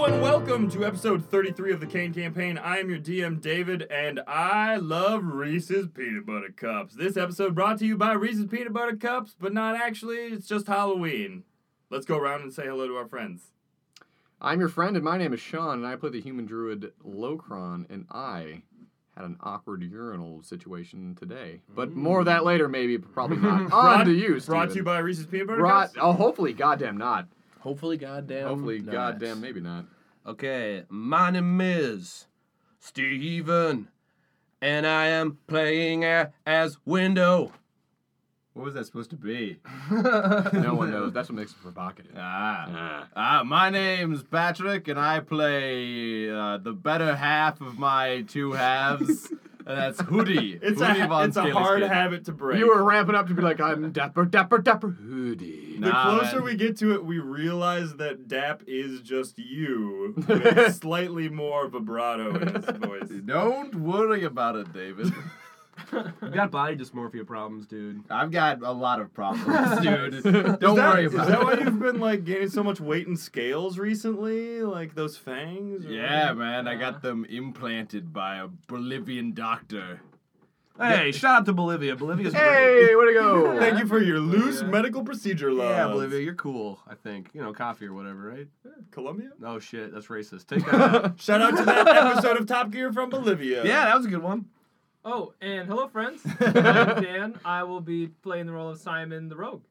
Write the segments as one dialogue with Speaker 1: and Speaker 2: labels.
Speaker 1: welcome to episode 33 of the Kane Campaign. I am your DM, David, and I love Reese's Peanut Butter Cups. This episode brought to you by Reese's Peanut Butter Cups, but not actually, it's just Halloween. Let's go around and say hello to our friends.
Speaker 2: I'm your friend, and my name is Sean, and I play the human druid Locron, and I had an awkward urinal situation today. But more of that later, maybe, but probably not. On to you,
Speaker 1: Brought to you
Speaker 2: Steven.
Speaker 1: by Reese's Peanut Butter
Speaker 2: Brought,
Speaker 1: Cups.
Speaker 2: oh, hopefully, goddamn not.
Speaker 3: Hopefully, goddamn.
Speaker 2: Hopefully,
Speaker 3: not.
Speaker 2: goddamn, maybe not.
Speaker 3: Okay, my name is Steven, and I am playing a- as Window.
Speaker 4: What was that supposed to be?
Speaker 2: No one knows. That's what makes it provocative.
Speaker 4: Ah.
Speaker 2: Ah.
Speaker 4: Ah, my name's Patrick, and I play uh, the better half of my two halves. and that's Hoodie.
Speaker 1: It's
Speaker 4: Hoodie
Speaker 1: a,
Speaker 4: von
Speaker 1: it's a
Speaker 4: Scaleskin.
Speaker 1: hard habit to break.
Speaker 2: You were ramping up to be like, I'm dapper, dapper, dapper hoodie.
Speaker 1: the
Speaker 4: Nah,
Speaker 1: closer
Speaker 4: man.
Speaker 1: we get to it, we realize that Dap is just you with slightly more vibrato in his voice.
Speaker 4: Don't worry about it, David.
Speaker 5: You got body dysmorphia problems, dude.
Speaker 4: I've got a lot of problems, dude. Don't
Speaker 1: Is that-
Speaker 4: worry
Speaker 1: is
Speaker 4: about
Speaker 1: that why
Speaker 4: it.
Speaker 1: you've been like gaining so much weight and scales recently? Like those fangs? or-
Speaker 4: Yeah,
Speaker 5: Mm-hmm.
Speaker 4: man, I got them implanted by a Bolivian doctor.
Speaker 5: Hey, shout out to Bolivia. Bolivia's great.
Speaker 2: Hey, where to go?
Speaker 1: Thank you for your loose
Speaker 5: Yeah.
Speaker 1: medical procedure laws.
Speaker 5: Yeah, Bolivia, you're cool. I think you know coffee or whatever, right?
Speaker 1: Colombia?
Speaker 5: Oh shit, that's racist. Take that. out.
Speaker 1: Shout out to that episode of Top Gear from Bolivia.
Speaker 5: yeah, that was a good one.
Speaker 6: Oh, and hello, friends. I'm Dan. I will be playing the role of Simon the Rogue.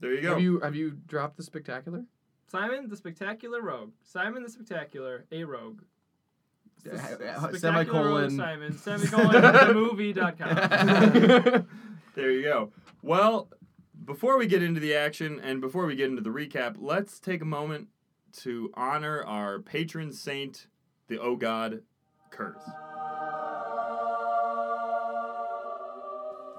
Speaker 1: There you go.
Speaker 2: Have you have you dropped the spectacular?
Speaker 6: Simon the Spectacular Rogue. Simon the Spectacular, a rogue. It's the s-
Speaker 4: Uh, uh,
Speaker 6: Spectacular
Speaker 4: semicolon.
Speaker 6: Rogue Simon. Semicolon. movie.com.
Speaker 1: There you go. Well, before we get into the action and before we get into the recap, let's take a moment to honor our patron saint, the O God Curse.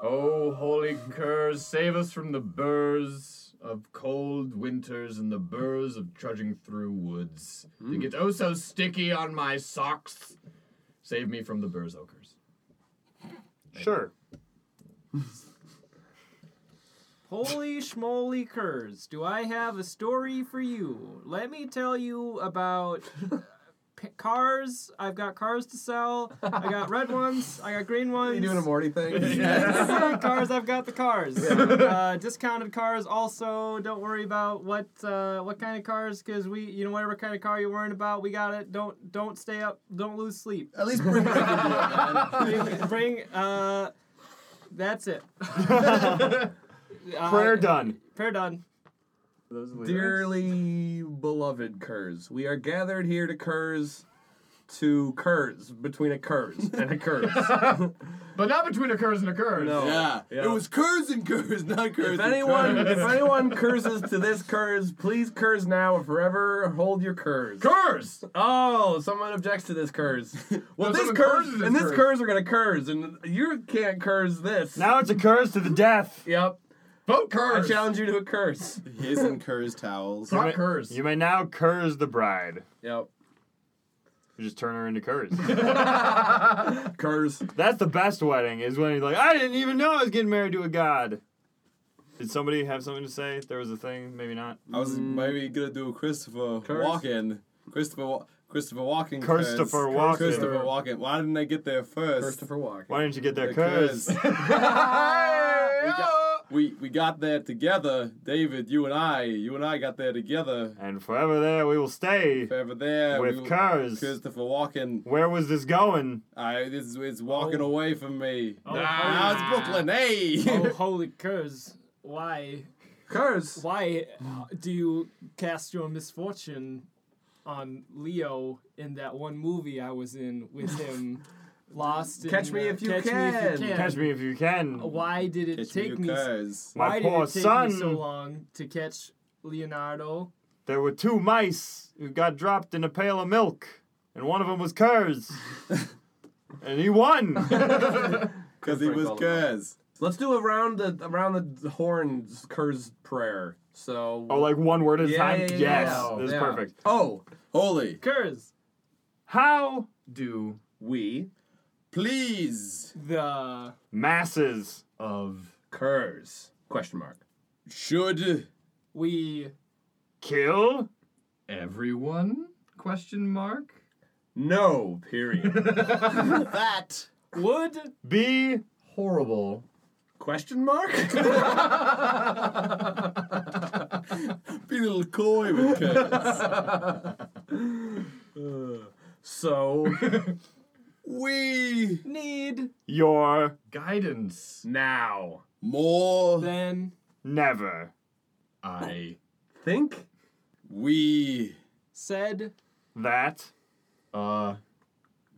Speaker 2: Oh, holy curs, save us from the burrs of cold winters and the burrs of trudging through woods. They
Speaker 5: Mm.
Speaker 2: get oh so sticky on my socks. Save me from the burrs, okers.
Speaker 1: Sure.
Speaker 6: Holy schmoly curs, do I have a story for you? Let me tell you about p- cars. I've got cars to sell. I got red ones. I got green ones.
Speaker 3: You doing a Morty thing?
Speaker 6: cars, I've got the cars. Uh, discounted cars. Also, don't worry about what uh, what kind of cars, because we, you know, whatever kind of car you're worrying about, we got it. Don't don't stay up. Don't lose sleep.
Speaker 3: At least bring Rick into it, man.
Speaker 6: Bring, bring uh, that's it. Uh,
Speaker 1: Prayer done.
Speaker 6: Prayer done.
Speaker 3: Dearly beloved Kurz, we are gathered here to Kurz, to Kurz, between a Kurz and a Kurz.
Speaker 2: But not between a curs and a curs.
Speaker 3: No.
Speaker 5: Yeah.
Speaker 3: Yeah.
Speaker 5: It was Kurz and Kurz, not Kurz.
Speaker 3: if anyone, if anyone curses to this Kurz, please Kurz now or forever hold your Kurz.
Speaker 2: Curs!
Speaker 3: Oh, someone objects to this Kurz. Well,
Speaker 2: No,
Speaker 3: this
Speaker 2: someone
Speaker 3: Kurz
Speaker 2: curses
Speaker 3: and
Speaker 2: this
Speaker 3: this
Speaker 2: Kurz.
Speaker 3: Kurz are gonna Kurz, and you can't Kurz this.
Speaker 1: Now it's a curse to the death.
Speaker 3: Yep.
Speaker 2: Vote
Speaker 3: I
Speaker 2: curs!
Speaker 3: challenge you to a curse.
Speaker 7: His and Kerr's towels.
Speaker 2: Fuck curs.
Speaker 1: You may now curse the bride.
Speaker 3: Yep.
Speaker 1: You just turn her into curse.
Speaker 3: Curse.
Speaker 1: That's the best wedding, is when you're like, I didn't even know I was getting married to a god. Did somebody have something to say? There was a thing, maybe not.
Speaker 7: I was maybe gonna do a Christopher
Speaker 3: Mm. Curse?
Speaker 7: Walken. Christopher Wa- Christopher Walken.
Speaker 1: Christopher
Speaker 7: curse.
Speaker 1: Walken.
Speaker 7: Christopher Walken. Why didn't I get there first?
Speaker 3: Christopher Walken.
Speaker 1: Why didn't you get that
Speaker 7: Because
Speaker 1: curse?
Speaker 7: we, got, we we got there together, David. You and I. You and I got there together.
Speaker 1: and forever there we will stay.
Speaker 7: Over there
Speaker 1: With
Speaker 7: we,
Speaker 1: curse.
Speaker 7: Christopher Walken.
Speaker 1: Where was this going?
Speaker 7: I it's, it's walking away from me.
Speaker 6: Oh,
Speaker 7: Now it's Brooklyn. Hey.
Speaker 6: Oh, holy curs. Why?
Speaker 3: Curse.
Speaker 6: Why uh, do you cast your misfortune on Leo in that one movie I was in with him? Lost. in,
Speaker 3: Catch me
Speaker 6: uh,
Speaker 3: if you
Speaker 6: catch Me if
Speaker 3: can.
Speaker 6: you can.
Speaker 1: Catch me if you can.
Speaker 6: Why did it
Speaker 7: Catch me
Speaker 6: take
Speaker 7: your
Speaker 6: me? so-
Speaker 7: curse.
Speaker 1: My
Speaker 6: why
Speaker 1: poor
Speaker 6: did it take
Speaker 1: son.
Speaker 6: me so long to catch Leonardo?
Speaker 1: There were two mice who got dropped in a pail of milk, and one of them was Kurz. and he won.
Speaker 7: Because he
Speaker 3: Frank
Speaker 7: was
Speaker 3: Oliver.
Speaker 7: curse.
Speaker 3: Let's do around the around the horns Kerr's prayer. So
Speaker 1: oh, like one word at a
Speaker 3: Yeah,
Speaker 1: time?
Speaker 3: yeah, yeah,
Speaker 1: yes.
Speaker 3: yeah.
Speaker 1: This is
Speaker 3: Yeah.
Speaker 1: perfect.
Speaker 3: Oh,
Speaker 7: Holy.
Speaker 6: Curse
Speaker 1: How
Speaker 2: Do
Speaker 3: we
Speaker 7: Please.
Speaker 6: the
Speaker 1: masses
Speaker 2: of
Speaker 3: Kerr's question mark.
Speaker 7: Should.
Speaker 6: we
Speaker 1: kill
Speaker 2: everyone?
Speaker 8: Question mark.
Speaker 9: No, period.
Speaker 7: That.
Speaker 6: Would
Speaker 1: Be
Speaker 8: Horrible.
Speaker 9: Question mark? Be a little coy with kids. so, we
Speaker 6: need
Speaker 1: your
Speaker 8: Guidance.
Speaker 9: now
Speaker 7: More.
Speaker 6: then
Speaker 1: never
Speaker 8: I
Speaker 10: Think?
Speaker 7: We.
Speaker 6: said
Speaker 1: that
Speaker 8: uh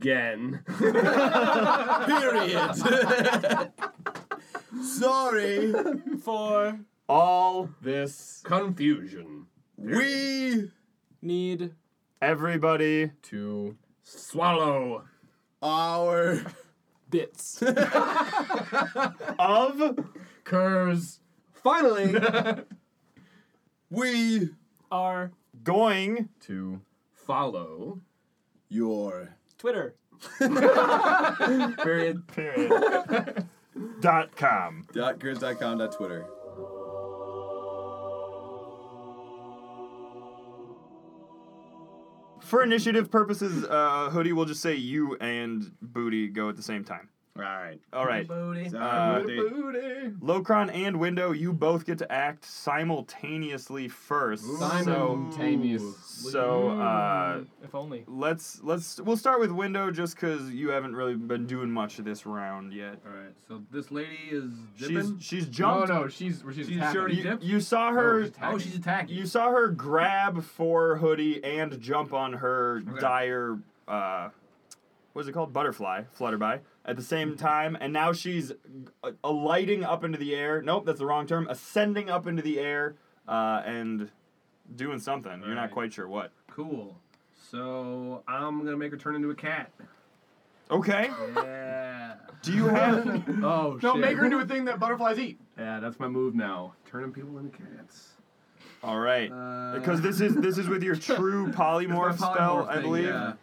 Speaker 10: Again.
Speaker 7: Period. Sorry.
Speaker 6: for
Speaker 1: all
Speaker 8: this
Speaker 10: Confusion.
Speaker 7: We
Speaker 6: need
Speaker 1: everybody
Speaker 8: to
Speaker 10: Swallow.
Speaker 7: our
Speaker 6: bits.
Speaker 1: of
Speaker 8: curse.
Speaker 10: Finally,
Speaker 7: we
Speaker 6: Our
Speaker 1: going
Speaker 8: To
Speaker 10: follow.
Speaker 7: your
Speaker 6: Twitter.
Speaker 10: Period.
Speaker 1: period dot com.
Speaker 9: dot curse dot com dot Twitter.
Speaker 1: For initiative purposes, uh, Hoodie will just say you and Booty go at the same time.
Speaker 9: All right.
Speaker 1: All right.
Speaker 6: Booty.
Speaker 1: Uh,
Speaker 8: booty.
Speaker 1: Locron and Window, you both get to act simultaneously first. So,
Speaker 8: Simultaneous.
Speaker 1: so
Speaker 3: Mm.
Speaker 1: uh,
Speaker 6: if only.
Speaker 1: let's let's we'll start with Window just because you haven't really been doing much this round yet.
Speaker 7: All right, so this lady is
Speaker 1: She's she's
Speaker 8: No,
Speaker 1: jumped.
Speaker 8: no, she's she's,
Speaker 7: She's
Speaker 8: attacking.
Speaker 7: already
Speaker 1: You,
Speaker 7: dipped?
Speaker 1: you saw her.
Speaker 7: Oh, she's attacking.
Speaker 1: You saw her grab for Hoodie and jump on her dire, uh, what is it called? Butterfly, flutterby, at the
Speaker 7: Mm-hmm.
Speaker 1: same time. And now she's uh, alighting up into the air. Nope, that's the wrong term. Ascending up into the air uh, and doing something. You're not
Speaker 7: Right.
Speaker 1: quite sure what.
Speaker 7: Cool. So I'm gonna make her turn into a cat.
Speaker 1: Okay.
Speaker 7: Yeah.
Speaker 1: Do you have.
Speaker 7: oh
Speaker 8: No, make her into a thing that butterflies eat.
Speaker 7: Yeah, that's my move now. Turning people into cats.
Speaker 1: All right. Because this is this is with your true polymorph,
Speaker 7: Uh, It's my
Speaker 1: spell,
Speaker 7: polymorph
Speaker 1: I
Speaker 7: thing,
Speaker 1: believe.
Speaker 7: yeah.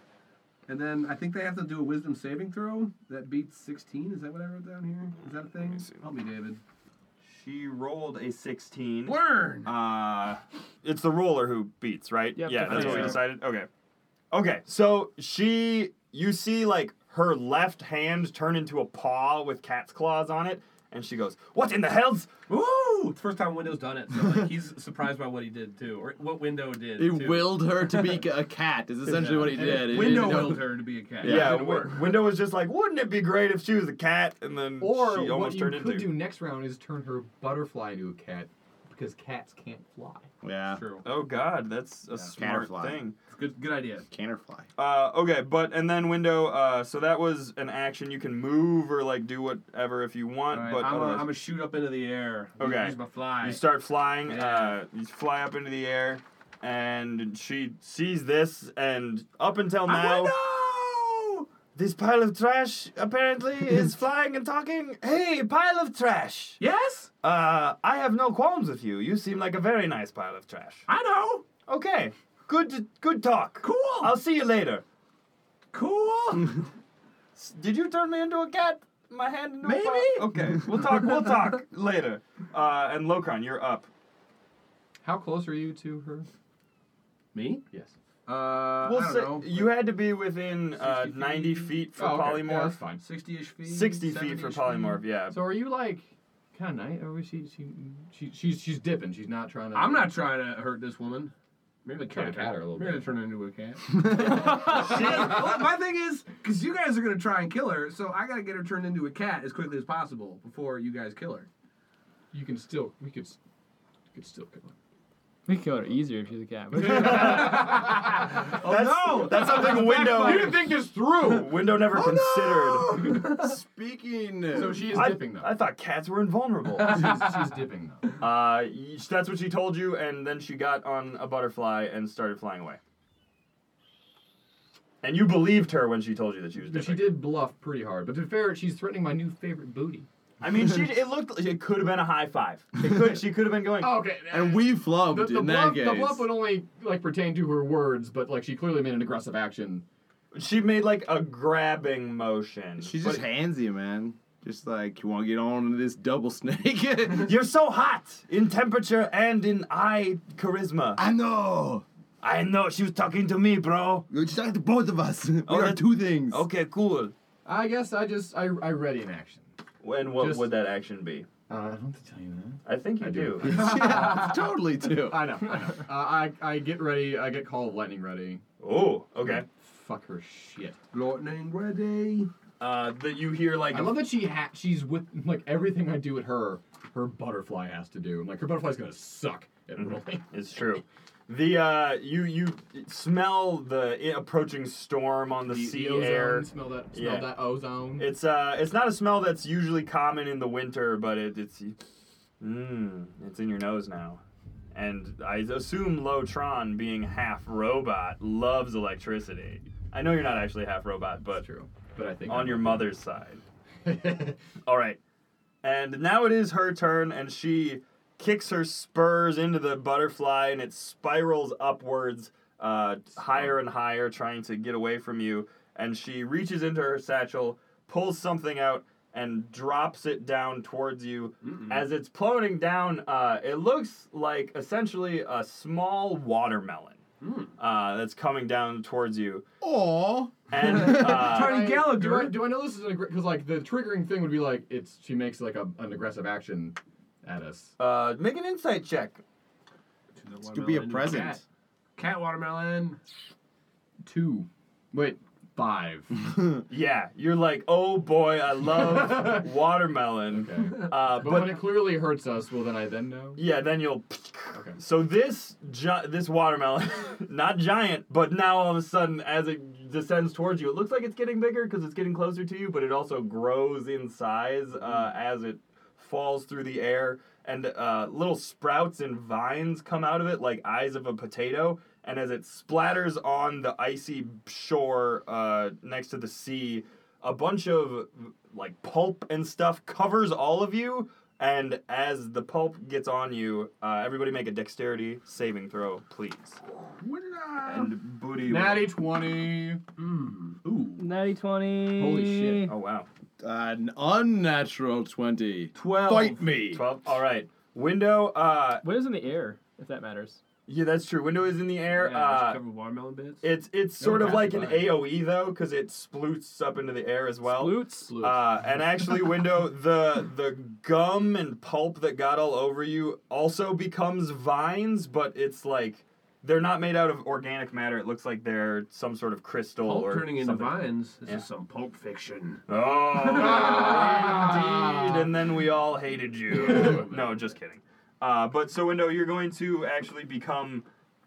Speaker 7: And then I think they have to do a wisdom saving throw that beats 16. Is that what I wrote down here? Is that a thing?
Speaker 1: see.
Speaker 7: Help me, David.
Speaker 1: She rolled a 16.
Speaker 7: Learn.
Speaker 1: Uh, it's the roller who beats, right?
Speaker 6: Yep,
Speaker 1: yeah,
Speaker 6: the
Speaker 1: that's what we
Speaker 6: fire.
Speaker 1: decided. Okay. Okay, so she, you see, like, her left hand turn into a paw with cat's claws on it, and she goes, What in the hell's?
Speaker 7: Ooh! It's the first time Window's done it, so like, he's surprised by what he did too, or what Window did.
Speaker 3: He
Speaker 7: too.
Speaker 3: willed her to be a cat. Is essentially what he did. He
Speaker 7: Window
Speaker 3: didn't know-
Speaker 7: willed her to be a cat.
Speaker 1: Yeah,
Speaker 7: It
Speaker 1: Wi-
Speaker 7: didn't work.
Speaker 1: Window was just like, Wouldn't it be great if she was a cat? And then
Speaker 2: Or
Speaker 1: she
Speaker 2: what
Speaker 1: almost
Speaker 2: you
Speaker 1: turned
Speaker 2: could
Speaker 1: into.
Speaker 2: do next round is turn her butterfly into a cat because cats can't fly.
Speaker 3: Yeah.
Speaker 7: True.
Speaker 1: Oh, God, that's a smart
Speaker 3: Caterfly.
Speaker 1: thing.
Speaker 7: It's good, good idea.
Speaker 3: Canterfly.
Speaker 1: Uh, okay, but and then window. Uh, so that was an action. You can move or like do whatever if you want.
Speaker 7: Alright,
Speaker 1: But
Speaker 7: I'm
Speaker 1: otherwise-
Speaker 7: gonna I'm shoot up into the air.
Speaker 1: Okay.
Speaker 7: Use my fly.
Speaker 1: You start flying. Uh,
Speaker 7: Yeah.
Speaker 1: you fly up into the air, and she sees this, and up until
Speaker 7: I'm
Speaker 1: now,
Speaker 7: Window!
Speaker 1: this pile of trash apparently is flying and talking. Hey, pile of trash!
Speaker 7: Yes?
Speaker 1: Uh, I have no qualms with you. You seem like a very nice pile of trash.
Speaker 7: I know!
Speaker 1: Okay, good, good talk.
Speaker 7: Cool!
Speaker 1: I'll see you later.
Speaker 7: cool!
Speaker 1: S- Did you turn me into a cat? My hand into a
Speaker 7: Maybe.
Speaker 1: paw? Okay, we'll talk. We'll talk later. Uh, and Locron, you're up.
Speaker 2: How close are you to her?
Speaker 7: Me?
Speaker 2: Yes.
Speaker 7: Uh,
Speaker 1: We'll
Speaker 7: I
Speaker 1: say-
Speaker 7: don't know.
Speaker 1: you had to be within uh,
Speaker 7: 60 feet.
Speaker 1: 90 feet for
Speaker 2: Oh, okay. Yeah,
Speaker 1: polymorph.
Speaker 2: that's fine.
Speaker 7: 60 ish feet.
Speaker 1: 60 feet
Speaker 7: 70-ish
Speaker 1: for polymorph, yeah.
Speaker 2: So are you like kind of nice? Or is she, she she she's she's dipping. She's not trying to.
Speaker 7: I'm not trying to hurt this woman. Maybe
Speaker 2: Try to
Speaker 7: cat,
Speaker 2: cat her a little
Speaker 7: Maybe
Speaker 2: bit.
Speaker 7: turn her into a cat. Well, my thing is, because you guys are gonna try and kill her, so I gotta get her turned into a cat as quickly as possible before you guys kill her.
Speaker 2: You can still we could s- we could still come on.
Speaker 6: We could kill her easier if she's a cat.
Speaker 1: oh, that's, no! That's something Window. You didn't think this through! Window never considered.
Speaker 9: Speaking.
Speaker 2: So she is
Speaker 1: I,
Speaker 2: dipping though.
Speaker 1: I thought cats were invulnerable. uh,
Speaker 2: she's, she's dipping though.
Speaker 1: y- that's what she told you, and then she got on a butterfly and started flying away. And you believed her when she told you that she was
Speaker 2: But she
Speaker 1: different.
Speaker 2: did bluff pretty hard. But to be fair, she's threatening my new favorite booty.
Speaker 1: I mean, she it looked it could have been a high five. It could she could have been going.
Speaker 2: Oh, Okay.
Speaker 3: And we flubbed
Speaker 2: the, the
Speaker 3: in
Speaker 2: bluff,
Speaker 3: that case.
Speaker 2: the bluff would only like pertain to her words, but like she clearly made an aggressive action.
Speaker 1: She made like a grabbing motion.
Speaker 3: She's
Speaker 1: But-
Speaker 3: just hands you, man. Just like you want to get on to this double snake.
Speaker 1: You're so hot in temperature and in eye charisma.
Speaker 3: I know.
Speaker 1: I know she was talking to me, bro.
Speaker 3: You're just talking to both of us. We
Speaker 1: Oh,
Speaker 3: are
Speaker 1: that-
Speaker 3: two things.
Speaker 1: Okay, cool.
Speaker 2: I guess I just I I ready an action.
Speaker 1: And what
Speaker 2: Just-
Speaker 1: would that action be?
Speaker 2: Uh, I don't have to tell you that.
Speaker 1: I think you
Speaker 2: I
Speaker 1: do.
Speaker 2: do.
Speaker 3: yeah, totally two.
Speaker 2: I know. I know. uh, I I get ready. I get call of lightning ready.
Speaker 1: oh, okay.
Speaker 2: Fuck her shit.
Speaker 7: Lightning ready.
Speaker 1: Uh, that you hear like
Speaker 2: I love that she ha- she's with like everything I do with her. Her butterfly has to do. Like her butterfly's gonna suck at rolling.
Speaker 1: It's true. The uh, you you smell the i- approaching storm on the,
Speaker 2: The- the
Speaker 1: sea
Speaker 2: ozone,
Speaker 1: air.
Speaker 2: Smell that. Smell
Speaker 1: Yeah.
Speaker 2: that ozone.
Speaker 1: It's uh, it's not a smell that's usually common in the winter, but it, it's, mm, it's in your nose now. And I assume Lotron, being half robot, loves electricity. I know you're not actually half robot, but
Speaker 2: That's true. But I think
Speaker 1: on
Speaker 2: I'm-
Speaker 1: your mother's side. All right. And now it is her turn, and she kicks her spurs into the butterfly, and it spirals upwards, uh, higher and higher, trying to get away from you. And she reaches into her satchel, pulls something out, and drops it down towards you. As it's floating down, uh, it looks like essentially a small watermelon uh, that's coming down towards you.
Speaker 3: Aw.
Speaker 1: And
Speaker 2: Do
Speaker 1: uh,
Speaker 7: Tony
Speaker 2: I-
Speaker 7: Gallagher.
Speaker 2: Do I, do I know this is an aggressive? Because like the triggering thing would be like it's she makes like a, an aggressive action at us.
Speaker 1: uh, make an insight check.
Speaker 3: This could be a present.
Speaker 7: Cat watermelon.
Speaker 2: Two, wait, five.
Speaker 1: Yeah, you're like, oh boy, I love watermelon.
Speaker 2: Okay.
Speaker 1: Uh,
Speaker 2: But, when
Speaker 1: but
Speaker 2: it clearly hurts us, well then I then know.
Speaker 1: yeah, then you'll.
Speaker 2: Okay.
Speaker 1: So this gi- this watermelon, not giant, but now all of a sudden, as it descends towards you, it looks like it's getting bigger because it's getting closer to you, but it also grows in size uh,
Speaker 2: Hmm.
Speaker 1: as it falls through the air, and uh, little sprouts and vines come out of it like eyes of a potato. And as it splatters on the icy shore uh, next to the sea, a bunch of like pulp and stuff covers all of you. And as the pulp gets on you, uh, everybody make a dexterity saving throw, please. And booty. roll.
Speaker 2: Natty twenty.
Speaker 11: Natty 20.
Speaker 2: Holy shit.
Speaker 1: Oh wow.
Speaker 3: An unnatural 20.
Speaker 1: 12.
Speaker 3: Fight me.
Speaker 1: Twelve. All right. Window. Uh,
Speaker 11: What is in the air, if that matters?
Speaker 1: yeah, that's true. Window is in the air. uh,
Speaker 7: cover watermelon bits.
Speaker 1: It's it's sort
Speaker 2: No,
Speaker 1: of like an
Speaker 2: that's fine.
Speaker 1: AOE though, because it sploots up into the air as well.
Speaker 11: Flutes?
Speaker 1: Uh, and actually, window the the gum and pulp that got all over you also becomes vines, but it's like they're not made out of organic matter. It looks like they're some sort of crystal
Speaker 7: Pulp
Speaker 1: or
Speaker 7: turning into
Speaker 1: something.
Speaker 7: vines. This
Speaker 1: Yeah.
Speaker 7: is some pulp fiction.
Speaker 1: Oh, indeed. And then we all hated you. no, just kidding. Uh, but so, Window, you're going to actually become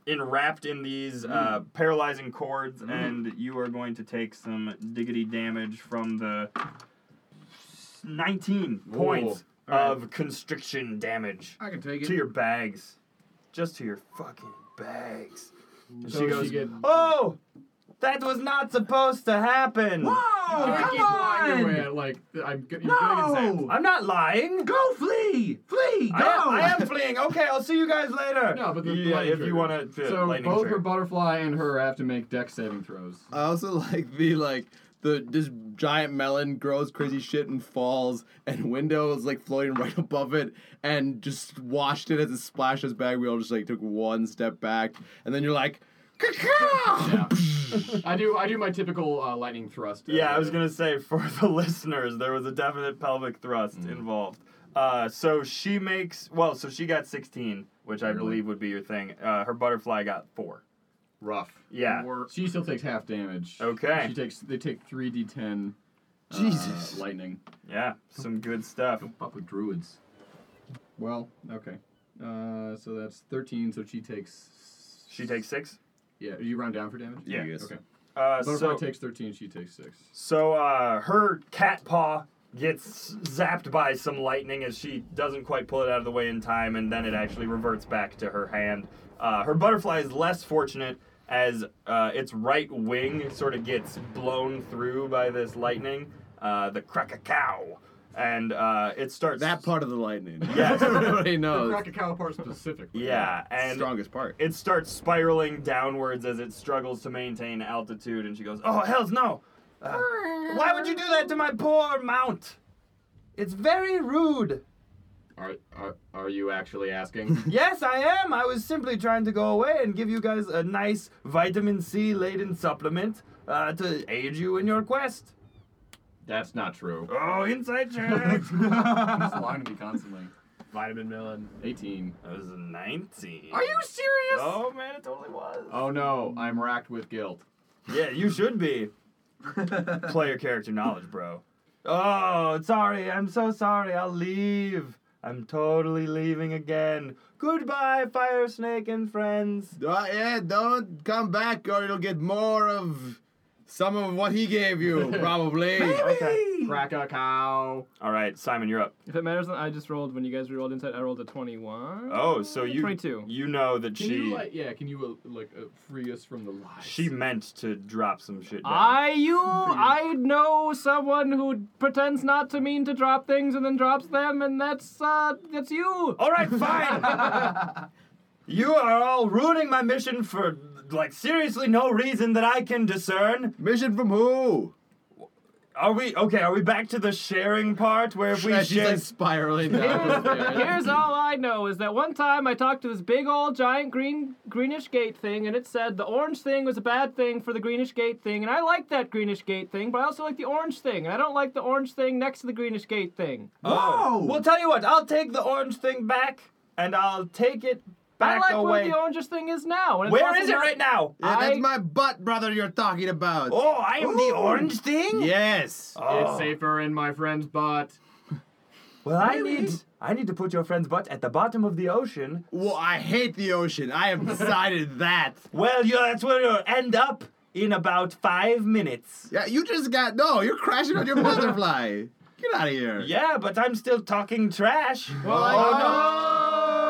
Speaker 1: enwrapped in these uh,
Speaker 7: Mm.
Speaker 1: paralyzing cords,
Speaker 7: Mm-hmm.
Speaker 1: and you are going to take some diggity damage from the 19 points of constriction damage
Speaker 7: I can take
Speaker 1: to your bags. Just to your fucking bags. And
Speaker 2: So
Speaker 1: she
Speaker 2: she
Speaker 1: goes,
Speaker 2: get-
Speaker 1: Oh! That was not supposed to happen!
Speaker 7: Whoa!
Speaker 1: "Oh,
Speaker 7: Come
Speaker 2: You
Speaker 7: on!
Speaker 2: went, like I'm g- you're getting
Speaker 7: No!
Speaker 2: zapped.
Speaker 1: I'm not lying!
Speaker 7: Go flee! Flee! Go!
Speaker 1: I am, I am fleeing. Okay, I'll see you guys later.
Speaker 2: No, but the, the
Speaker 1: yeah,
Speaker 2: lightning
Speaker 1: if you
Speaker 2: trigger.
Speaker 1: want to,
Speaker 2: So
Speaker 1: lightning
Speaker 2: both
Speaker 1: trigger.
Speaker 2: her butterfly and her have to make deck saving throws.
Speaker 3: I also like the like the this giant melon grows crazy shit and falls, and window is like floating right above it, and just washed it as it splashes back. We all just like took one step back, and then you're like, "Caw-caw!"
Speaker 2: I do I do my typical uh, lightning thrust. uh,
Speaker 1: yeah, I was gonna say for the listeners, there was a definite pelvic thrust
Speaker 2: Mm.
Speaker 1: involved. Uh, so she makes well, so she got 16, which I believe would be your thing. Uh, her butterfly got four.
Speaker 2: rough.
Speaker 1: Yeah.
Speaker 2: She still takes half damage.
Speaker 1: Okay.
Speaker 2: She takes they take three d ten. uh,
Speaker 3: Jesus.
Speaker 2: lightning.
Speaker 1: Yeah, some good stuff.
Speaker 2: Fuck with druids. Well, okay. Uh, so that's thirteen. So she takes.
Speaker 1: She takes six.
Speaker 2: Yeah, you round down for damage.
Speaker 1: Yeah.
Speaker 3: Yes.
Speaker 2: Okay.
Speaker 1: Uh,
Speaker 2: Butterfly
Speaker 1: so
Speaker 2: takes thirteen. She takes six.
Speaker 1: So uh, her cat paw gets zapped by some lightning as she doesn't quite pull it out of the way in time, and then it actually reverts back to her hand. Uh, her butterfly is less fortunate as uh, its right wing sort of gets blown through by this lightning, uh, the crack a cow, and uh, it starts
Speaker 3: that part of the lightning.
Speaker 1: Yes.
Speaker 3: everybody knows.
Speaker 2: Crack a cow apart specifically.
Speaker 1: Yeah, and
Speaker 3: Strongest part.
Speaker 1: it starts spiraling downwards as it struggles to maintain altitude, and she goes, "Oh hell's no! Uh, why would you do that to my poor mount? It's very rude."
Speaker 12: Are, are, are you actually asking?
Speaker 1: Yes, I am. I was simply trying to go away and give you guys a nice vitamin C laden supplement uh, to aid you in your quest.
Speaker 12: That's not true.
Speaker 1: Oh, inside check.
Speaker 2: I'm just lying to me constantly. Vitamin melon.
Speaker 12: 18.
Speaker 1: I was 19.
Speaker 12: Are you serious?
Speaker 1: Oh man, it totally was.
Speaker 12: Oh no, I'm racked with guilt.
Speaker 1: Yeah, you should be. Player character knowledge, bro. Oh, sorry. I'm so sorry. I'll leave. I'm totally leaving again. Goodbye, Fire Snake and friends.
Speaker 3: Uh, yeah, don't come back or you'll get more of some of what he gave you, probably.
Speaker 1: Okay.
Speaker 12: Crack a cow.
Speaker 1: All right, Simon, you're up.
Speaker 6: If it matters, I just rolled when you guys rolled inside. I rolled a twenty-one.
Speaker 1: Oh, so you
Speaker 6: 22.
Speaker 1: you know that
Speaker 2: Can
Speaker 1: she
Speaker 2: you like yeah? Can you uh, like uh, free us from the lies?
Speaker 1: she meant to drop some shit down.
Speaker 6: I you I know someone who pretends not to mean to drop things and then drops them, and that's uh that's you.
Speaker 1: All right, fine. you are all ruining my mission for like seriously no reason that I can discern.
Speaker 3: Mission from who?
Speaker 1: Are we okay? Are we back to the sharing part where if we
Speaker 3: Yeah, she's
Speaker 1: share?
Speaker 3: like spiraling down.
Speaker 6: Here's, here's all I know is that one time I talked to this big old giant green greenish gate thing, and it said the orange thing was a bad thing for the greenish gate thing, and I like that greenish gate thing, but I also like the orange thing, and I don't like the orange thing next to the greenish gate thing.
Speaker 1: Oh.
Speaker 13: Whoa!
Speaker 1: Well, tell you what. I'll take the orange thing back, and I'll take it
Speaker 6: I
Speaker 1: back
Speaker 6: like
Speaker 1: away.
Speaker 6: where the orangish thing is now. And it's
Speaker 1: where
Speaker 6: also
Speaker 1: is it
Speaker 6: not-
Speaker 1: right now?
Speaker 3: Yeah, that's
Speaker 6: I-
Speaker 3: my butt, brother, you're talking about.
Speaker 1: Oh, I am the orange thing.
Speaker 3: Yes.
Speaker 1: Oh.
Speaker 12: It's safer in my friend's butt.
Speaker 1: Well, I need I need to put your friend's butt at the bottom of the ocean.
Speaker 3: Well, I hate the ocean. I have decided that.
Speaker 1: Well, you that's where you'll end up in about five minutes.
Speaker 3: Yeah, you just got no. You're crashing on your butterfly. Get out of here.
Speaker 1: Yeah, but I'm still talking trash.
Speaker 6: Oh,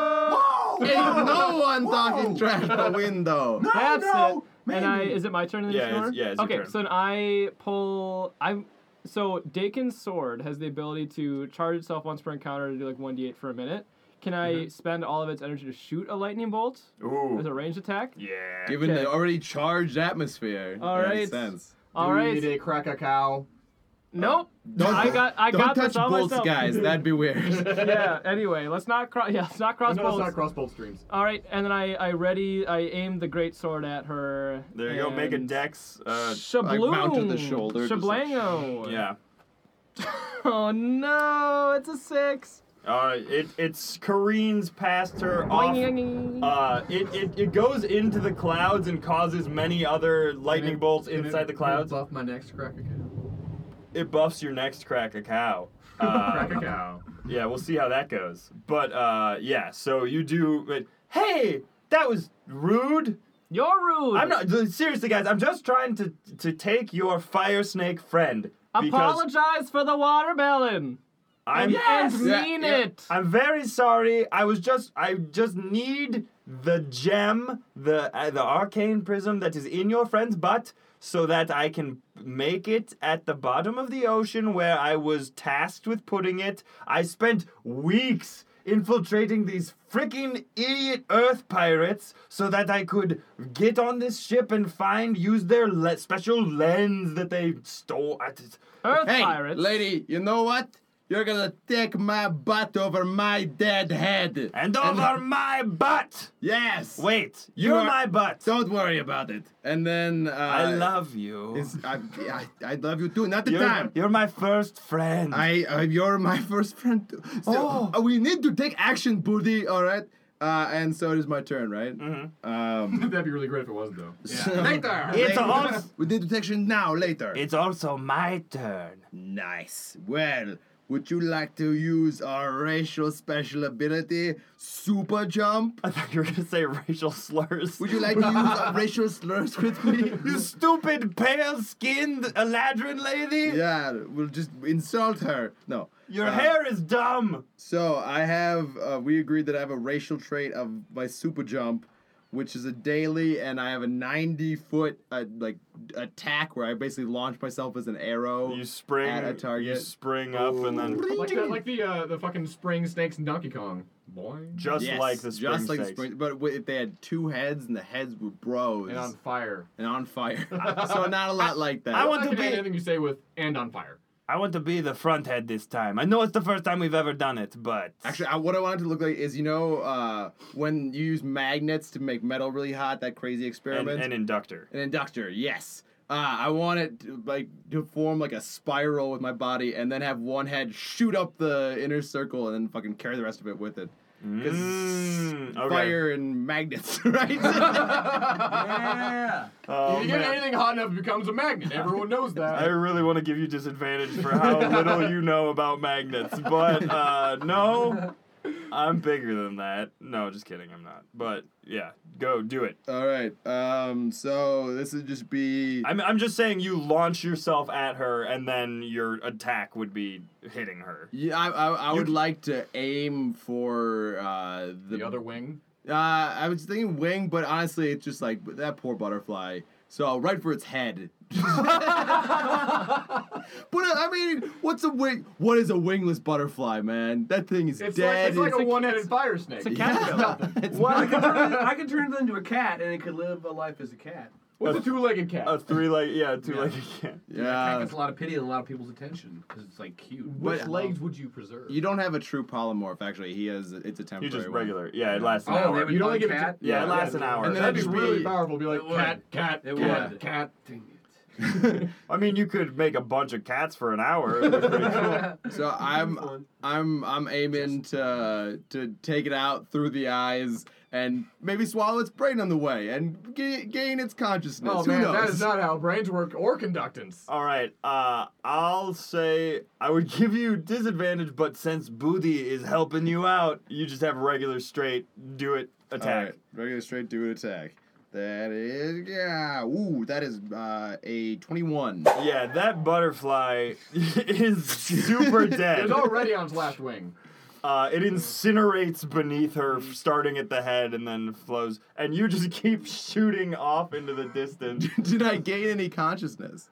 Speaker 3: Ain't no one talking trash the window.
Speaker 1: Oh,
Speaker 6: That's
Speaker 13: no,
Speaker 6: it. And I is it my turn in the
Speaker 1: Yeah,
Speaker 6: next
Speaker 1: it's-
Speaker 6: round?
Speaker 1: yeah, it's your
Speaker 6: okay,
Speaker 1: turn.
Speaker 6: so then I pull I'm so Dakin's sword has the ability to charge itself once per encounter to do like one D eight for a minute. Can I spend all of its energy to shoot a lightning bolt as
Speaker 1: Ooh.
Speaker 6: a ranged attack?
Speaker 1: Yeah.
Speaker 3: Given
Speaker 6: Okay.
Speaker 3: the already charged atmosphere.
Speaker 6: All
Speaker 3: it makes
Speaker 6: right.
Speaker 3: sense.
Speaker 6: All right.
Speaker 12: Need a crack a cow.
Speaker 6: nope. I got I
Speaker 3: Don't
Speaker 6: got
Speaker 3: touch
Speaker 6: this all
Speaker 3: bolts,
Speaker 6: myself.
Speaker 3: guys. That'd be weird.
Speaker 6: yeah. Anyway, let's not cross. Yeah, let's not cross
Speaker 2: No, it's
Speaker 6: bolts.
Speaker 2: not crossbow streams.
Speaker 6: all right, and then I I ready I aim the great sword at her.
Speaker 1: There you go. Make a
Speaker 6: and-
Speaker 1: dex. Uh,
Speaker 6: Shabloom.
Speaker 3: mount to the shoulder, just like-
Speaker 6: Shablango.
Speaker 1: yeah.
Speaker 6: Oh no, it's a six.
Speaker 1: Uh, it it careens past her off.
Speaker 6: Boing.
Speaker 1: Uh, it, it, it goes into the clouds and causes many other lightning bolts inside the clouds.
Speaker 2: Buff my next crack a cow.
Speaker 1: It buffs your next crack a cow. Uh,
Speaker 12: Crack a cow.
Speaker 1: yeah, we'll see how that goes. But uh, yeah, so you do. But, hey, that was rude.
Speaker 6: You're rude.
Speaker 1: I'm not seriously, guys. I'm just trying to to take your fire snake friend because
Speaker 6: Apologize for the watermelon.
Speaker 1: I'm
Speaker 6: And mean
Speaker 3: yeah.
Speaker 6: it.
Speaker 1: I'm very sorry. I was just I just need the gem, the uh, the arcane prism that is in your friend's butt so that I can make it at the bottom of the ocean where I was tasked with putting it. I spent weeks infiltrating these freaking idiot earth pirates so that I could get on this ship and find use their le- special lens that they stole at
Speaker 6: Earth
Speaker 3: hey,
Speaker 6: pirates.
Speaker 3: lady, you know what? You're gonna take my butt over my dead head.
Speaker 1: and over my butt.
Speaker 3: yes.
Speaker 1: Wait,
Speaker 3: You
Speaker 1: you're
Speaker 3: are-
Speaker 1: my butt.
Speaker 3: Don't worry about it. And then uh,
Speaker 1: I love you.
Speaker 3: Is, I, I, I love you too. Not the
Speaker 1: you're,
Speaker 3: time.
Speaker 1: you're my first friend.
Speaker 3: I, uh, you're my first friend. Too. So
Speaker 1: Oh.
Speaker 3: uh, we need to take action, Booty. All right. Uh, and so it is my turn, right? Mm-hmm. Um,
Speaker 2: That'd be really great if it wasn't though.
Speaker 3: so-
Speaker 1: it's also
Speaker 3: we need to take action now. Later.
Speaker 1: it's also my turn.
Speaker 3: nice. Well, would you like to use our racial special ability, Super Jump?
Speaker 1: I thought you were gonna say racial slurs.
Speaker 3: Would you like to use our racial slurs with me?
Speaker 1: you stupid pale-skinned Eladrin lady?
Speaker 3: yeah, we'll just insult her. No.
Speaker 1: Your
Speaker 3: Uh,
Speaker 1: hair is dumb.
Speaker 3: So I have. Uh, we agreed that I have a racial trait of my super jump, which is a daily, and I have a ninety foot uh, like attack where I basically launch myself as an arrow.
Speaker 1: You spring
Speaker 3: at a
Speaker 1: You
Speaker 3: target.
Speaker 1: spring up and then
Speaker 2: Like the, like the uh, the fucking spring snakes in Donkey Kong. Boing.
Speaker 1: just
Speaker 3: Yes,
Speaker 1: like the spring
Speaker 3: just like the
Speaker 1: steaks.
Speaker 3: spring. But wi- if they had two heads and the heads were bros
Speaker 2: and on fire.
Speaker 3: and on fire, so not a lot like that.
Speaker 1: I want
Speaker 2: I
Speaker 1: to
Speaker 2: can add
Speaker 1: be.
Speaker 2: anything you say with and on fire.
Speaker 1: I want to be the front head this time. I know it's the first time we've ever done it, but
Speaker 3: Actually, I, what I want it to look like is you know uh, when you use magnets to make metal really hot, that crazy
Speaker 1: an,
Speaker 3: experiment.
Speaker 1: an inductor.
Speaker 3: An inductor, yes. Uh, I want it to, like to form like a spiral with my body, and then have one head shoot up the inner circle, and then fucking carry the rest of it with it. Because
Speaker 1: Mm, okay.
Speaker 3: fire and magnets, right?
Speaker 7: yeah.
Speaker 1: Oh,
Speaker 2: if you get
Speaker 1: man.
Speaker 2: anything hot enough, it becomes a magnet. Everyone knows
Speaker 1: I
Speaker 2: that.
Speaker 1: really want to give you disadvantage for how little you know about magnets, but uh, no, I'm bigger than that. No, just kidding, I'm not. But yeah, go do it.
Speaker 3: All right. Um. So this would just be.
Speaker 1: I'm, I'm just saying you launch yourself at her, and then your attack would be hitting her.
Speaker 3: Yeah, I, I, I would like to aim for uh, the,
Speaker 2: the other wing.
Speaker 3: Uh, I was thinking wing, but honestly, it's just like that poor butterfly. So I'll right for its head. but uh, I mean, what's a wing? What is a wingless butterfly, man? That thing is
Speaker 2: It's like,
Speaker 3: dead.
Speaker 2: it's like a one-headed fire snake.
Speaker 3: Yeah. It's
Speaker 7: Well, I could, turn it, I could turn it into a cat, and it could live a life as a cat.
Speaker 2: What's a two-legged cat?
Speaker 1: A three leg, yeah, two legged cat.
Speaker 7: Cat
Speaker 3: yeah.
Speaker 7: gets a lot of pity and a lot of people's attention because it's like cute.
Speaker 2: Which
Speaker 3: but- um,
Speaker 2: legs would you preserve?
Speaker 3: You don't have a true polymorph, actually. He has. It's a
Speaker 1: You're
Speaker 3: temporary.
Speaker 1: just
Speaker 3: one.
Speaker 1: regular. Yeah, it lasts an
Speaker 7: Oh,
Speaker 1: hour.
Speaker 7: they would
Speaker 2: You'd
Speaker 7: buy
Speaker 2: only give it
Speaker 7: cat?
Speaker 2: to-
Speaker 1: yeah, it lasts an hour.
Speaker 3: And then
Speaker 2: That'd be
Speaker 3: it'd just
Speaker 2: really
Speaker 3: be-
Speaker 2: powerful. Be like
Speaker 7: would.
Speaker 2: cat, cat,
Speaker 7: It
Speaker 2: cat,
Speaker 7: would.
Speaker 2: cat.
Speaker 7: Dang it.
Speaker 1: I mean, you could make a bunch of cats for an hour. It'd be pretty cool.
Speaker 3: So I'm I'm I'm aiming to to take it out through the eyes and maybe swallow its brain on the way and ga- gain its consciousness.
Speaker 2: Oh
Speaker 3: Who
Speaker 2: man,
Speaker 3: knows?
Speaker 2: that is not how brains work or conductance.
Speaker 1: All right, uh, I'll say I would give you disadvantage, but since Booty is helping you out, you just have regular straight do it attack.
Speaker 3: Alright, regular straight do an attack. That is yeah. Ooh, that is uh, a twenty-one.
Speaker 1: Yeah, that butterfly is super
Speaker 2: It
Speaker 1: dead.
Speaker 2: was already on its last wing.
Speaker 1: Uh, it incinerates beneath her, f- starting at the head and then flows. And you just keep shooting off into the distance.
Speaker 3: Did I gain any consciousness?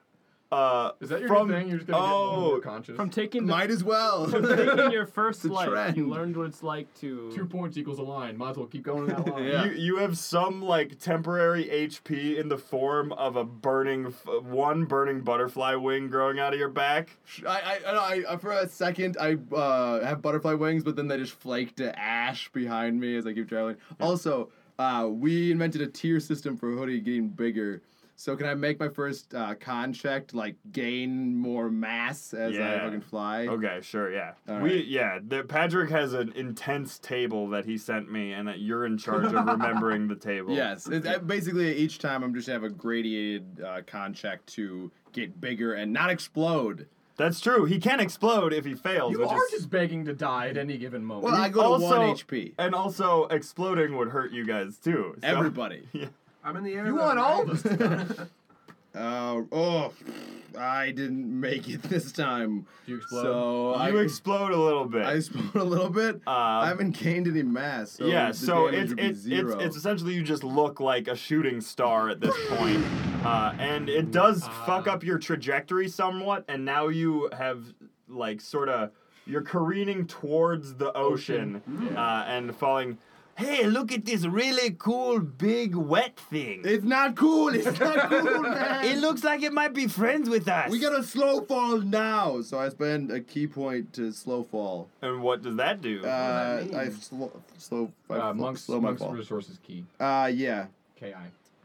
Speaker 1: Uh,
Speaker 2: Is that your
Speaker 1: From-
Speaker 2: new thing? You're just gonna get
Speaker 1: oh,
Speaker 2: more conscious.
Speaker 11: From taking the,
Speaker 3: Might as well.
Speaker 11: taking your first
Speaker 3: a
Speaker 11: life, you
Speaker 3: trend.
Speaker 11: learned what it's like to.
Speaker 2: Two points equals a line. Might as well keep going in that line.
Speaker 3: Yeah.
Speaker 1: You, you have some like temporary HP in the form of a burning f- one burning butterfly wing growing out of your back.
Speaker 3: I, I, I, I, for a second, I uh, have butterfly wings, but then they just flake to ash behind me as I keep traveling. Also, uh, we invented a tier system for hoodie getting bigger. So can I make my first uh, con check to, like gain more mass as I
Speaker 1: Yeah.
Speaker 3: fucking fly?
Speaker 2: Oh,
Speaker 1: Okay, sure, yeah.
Speaker 3: All
Speaker 1: we
Speaker 3: right.
Speaker 1: yeah, the, Patrick has an intense table that he sent me, and that you're in charge of remembering the table.
Speaker 3: Yes. It, uh, basically, each time I'm just gonna have a gradiated uh, con check to get bigger and not explode.
Speaker 1: that's true. He can explode if he fails.
Speaker 2: You
Speaker 1: which
Speaker 2: are
Speaker 1: is,
Speaker 2: just begging to die at any given moment.
Speaker 3: Well, I go to
Speaker 1: also-
Speaker 3: one HP.
Speaker 1: and also exploding would hurt you guys too. so-
Speaker 3: Everybody.
Speaker 7: I'm in the air.
Speaker 2: you
Speaker 7: though,
Speaker 2: want all
Speaker 7: right?
Speaker 2: of us.
Speaker 3: Uh, oh, I didn't make it this time.
Speaker 2: you explode?
Speaker 3: So I,
Speaker 1: you explode a little bit. Uh,
Speaker 3: I explode a little bit. I haven't gained any mass. So
Speaker 1: yeah,
Speaker 3: the
Speaker 1: so
Speaker 3: damage
Speaker 1: it's
Speaker 3: would be
Speaker 1: it's, it's
Speaker 3: zero.
Speaker 1: it's essentially you just look like a shooting star at this point, uh, and it does fuck up your trajectory somewhat, and now you have like sort of you're careening towards the ocean,
Speaker 3: Hmm.
Speaker 1: uh, and falling. Hey, look at this really cool big wet thing.
Speaker 3: It's not cool. It's not cool, man.
Speaker 1: looks like it might be friends with us.
Speaker 3: we got a slow fall now, so I spend a key point to slow fall.
Speaker 1: and what does that do?
Speaker 3: Uh,
Speaker 7: does that
Speaker 3: I
Speaker 7: mean?
Speaker 3: slow, slow, I
Speaker 2: Uh,
Speaker 3: fl-
Speaker 2: monks,
Speaker 3: slow my
Speaker 2: monks
Speaker 3: fall.
Speaker 2: resources key.
Speaker 3: Uh, yeah.
Speaker 2: Ki.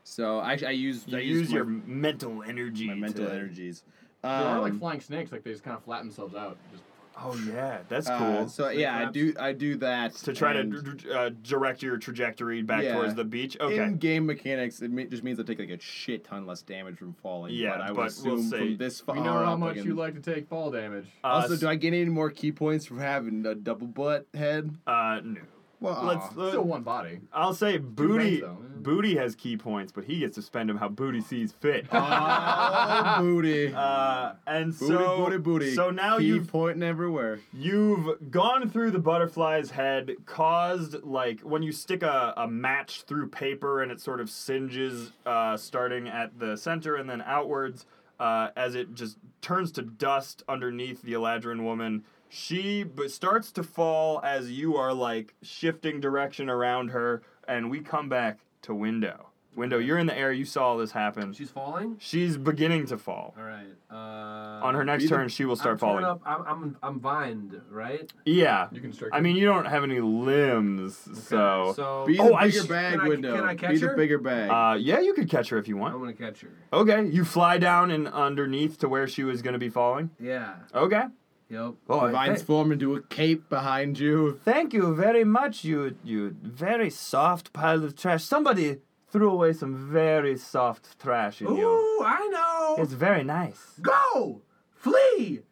Speaker 3: So actually, I use
Speaker 1: you
Speaker 3: I
Speaker 1: use
Speaker 3: used my-
Speaker 1: your mental energy.
Speaker 3: my mental
Speaker 1: to-
Speaker 3: energies.
Speaker 2: They are
Speaker 3: Um,
Speaker 2: like flying snakes. Like they just kind of flatten themselves out. Just
Speaker 1: Oh yeah, that's
Speaker 3: uh,
Speaker 1: cool.
Speaker 3: so yeah, I do I do that
Speaker 1: to try
Speaker 3: and-
Speaker 1: to d- d- uh, direct your trajectory back
Speaker 3: Yeah.
Speaker 1: towards the beach. Okay.
Speaker 3: In game mechanics, it me- just means I take like a shit ton less damage from falling.
Speaker 1: Yeah,
Speaker 3: but I would
Speaker 1: but
Speaker 3: assume
Speaker 1: we'll say-
Speaker 3: from this far
Speaker 2: we know how
Speaker 3: up, I
Speaker 2: much
Speaker 3: can-
Speaker 2: you like to take fall damage.
Speaker 1: Uh,
Speaker 3: Also,
Speaker 1: s-
Speaker 3: do I get any more key points for having a double butt head?
Speaker 1: uh, no.
Speaker 3: Well,
Speaker 1: Let's.
Speaker 3: aw.
Speaker 1: let-
Speaker 2: Still one body.
Speaker 1: I'll say booty.
Speaker 2: ranks, though, yeah.
Speaker 1: Booty has key points, but he gets to spend them how booty sees fit.
Speaker 3: Oh, booty.
Speaker 1: Uh, and
Speaker 3: booty,
Speaker 1: so
Speaker 3: booty, booty.
Speaker 1: so now
Speaker 3: key
Speaker 1: you've
Speaker 3: pointing everywhere.
Speaker 1: you've gone through the butterfly's head, caused like when you stick a, a match through paper and it sort of singes, uh, starting at the center and then outwards, uh, as it just turns to dust underneath the Eladrin woman. She b- starts to fall as you are like shifting direction around her, and we come back to window. Window, you're in the air. You saw all this happen.
Speaker 7: She's falling.
Speaker 1: She's beginning to fall.
Speaker 7: All right. Uh,
Speaker 1: On her next turn, she will
Speaker 7: I'm
Speaker 1: start
Speaker 7: torn
Speaker 1: falling.
Speaker 7: Up. I'm, I'm I'm vined, right?
Speaker 1: Yeah.
Speaker 2: You can strike.
Speaker 1: I
Speaker 2: her.
Speaker 1: mean, you don't have any limbs, so.
Speaker 7: So
Speaker 14: Be the
Speaker 1: Oh, I
Speaker 14: bigger
Speaker 1: sh-
Speaker 14: bag
Speaker 7: can I-
Speaker 14: window.
Speaker 7: can I catch
Speaker 14: Be the
Speaker 7: her?
Speaker 14: bigger bag.
Speaker 1: Uh, yeah, you could catch her if you
Speaker 7: I'm
Speaker 1: want.
Speaker 7: gonna catch her.
Speaker 1: Okay, you fly down and underneath to where she was going to be falling.
Speaker 7: Yeah.
Speaker 1: Okay.
Speaker 7: Yep.
Speaker 1: Oh,
Speaker 14: the vines form into a cape behind you.
Speaker 1: Thank you very much, you you very soft pile of trash. Somebody threw away some very soft trash in you.
Speaker 7: Ooh, I know.
Speaker 1: It's very nice.
Speaker 7: Go, flee.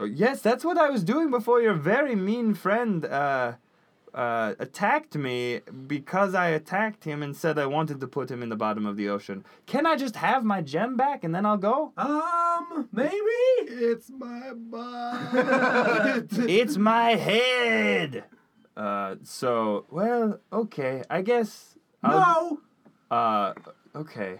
Speaker 1: Uh, Yes, that's what I was doing before your very mean friend uh, uh, attacked me because I attacked him and said I wanted to put him in the bottom of the ocean. Can I just have my gem back and then I'll go?
Speaker 7: Um, maybe.
Speaker 14: It's my butt.
Speaker 1: it's my head. Uh, so well, okay, I guess. I'll-
Speaker 7: No.
Speaker 1: Uh, okay.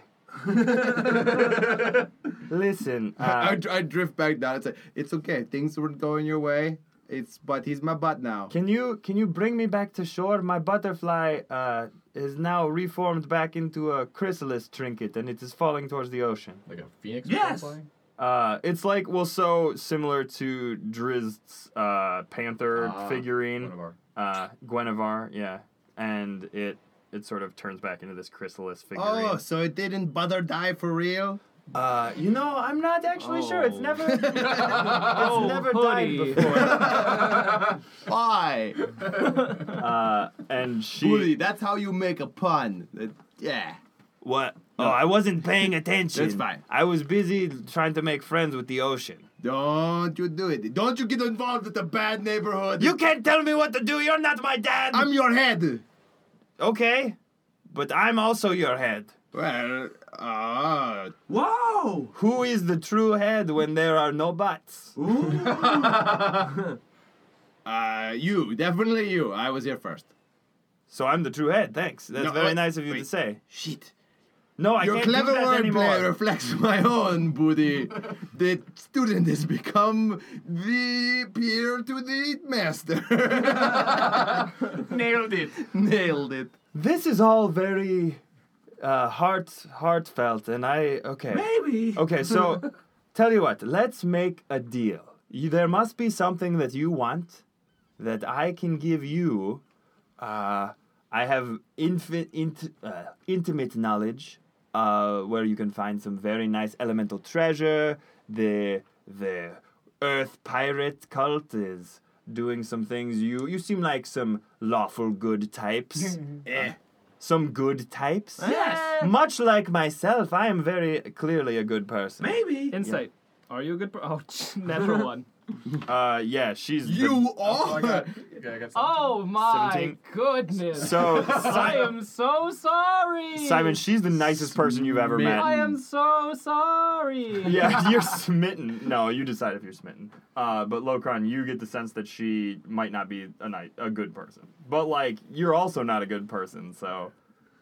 Speaker 1: Listen,
Speaker 14: I,
Speaker 1: uh,
Speaker 14: I drift back down and say, "It's okay. Things weren't going your way. It's but he's my butt now."
Speaker 1: can you can you bring me back to shore? My butterfly uh, is now reformed back into a chrysalis trinket, and it is falling towards the ocean.
Speaker 2: like a phoenix.
Speaker 7: Yes!
Speaker 2: butterfly?
Speaker 1: Uh, it's like well, so similar to Drizzt uh, panther
Speaker 2: Ah,
Speaker 1: figurine.
Speaker 2: One of our-
Speaker 1: uh, Guinevere, yeah, and it it sort of turns back into this chrysalis
Speaker 14: Oh,
Speaker 1: figurine.
Speaker 14: so it didn't butter die for real?
Speaker 1: Uh, you know, I'm not actually sure. It's
Speaker 6: Oh.
Speaker 1: never it's
Speaker 6: Oh,
Speaker 1: never
Speaker 6: hoodie.
Speaker 1: died before.
Speaker 14: Why?
Speaker 1: Uh, and she
Speaker 14: Woody, that's how you make a pun. That- yeah.
Speaker 1: what? Oh, I wasn't paying attention.
Speaker 14: That's fine.
Speaker 1: I was busy trying to make friends with the ocean.
Speaker 14: Don't you do it. Don't you get involved with the bad neighborhood.
Speaker 1: You can't tell me what to do. You're not my dad.
Speaker 14: I'm your head.
Speaker 1: okay, but I'm also your head.
Speaker 14: Well, uh,
Speaker 7: Whoa.
Speaker 1: Who is the true head when there are no butts?
Speaker 14: uh, you. Definitely you. I was here first.
Speaker 1: So I'm the true head. Thanks. That's
Speaker 14: No,
Speaker 1: very
Speaker 14: uh,
Speaker 1: nice of you to
Speaker 14: wait.
Speaker 1: say.
Speaker 14: Shit.
Speaker 1: No, I
Speaker 14: Your
Speaker 1: can't
Speaker 14: clever
Speaker 1: do that anymore.
Speaker 14: wordplay reflects my own, Booty. the student has become the peer to the master.
Speaker 2: Nailed it.
Speaker 14: Nailed it.
Speaker 1: This is all very uh, heart heartfelt, and I okay.
Speaker 7: Maybe.
Speaker 1: Okay, so tell you what, let's make a deal. You, there must be something that you want that I can give you. Uh, I have infi- int- uh, intimate knowledge uh, where you can find some very nice elemental treasure. The the Earth Pirate cult is doing some things. You you seem like some lawful good types. Eh. Some good types.
Speaker 7: Yes.
Speaker 1: Much like myself, I am very clearly a good person.
Speaker 7: Maybe.
Speaker 6: Insight. Are you a good? Per- oh, natural one.
Speaker 1: Uh, yeah, she's the-
Speaker 14: You
Speaker 7: Oh
Speaker 14: are.
Speaker 2: Okay, I got some.
Speaker 6: Oh my
Speaker 1: 17.
Speaker 6: goodness.
Speaker 1: so.
Speaker 6: I
Speaker 1: Si-
Speaker 6: am so sorry.
Speaker 1: Simon, she's the nicest person you've ever met.
Speaker 6: I am so sorry.
Speaker 1: Yeah, you're smitten. No, you decide if you're smitten. Uh, but Locron, you get the sense that she might not be a ni- a good person. But like, you're also not a good person. So,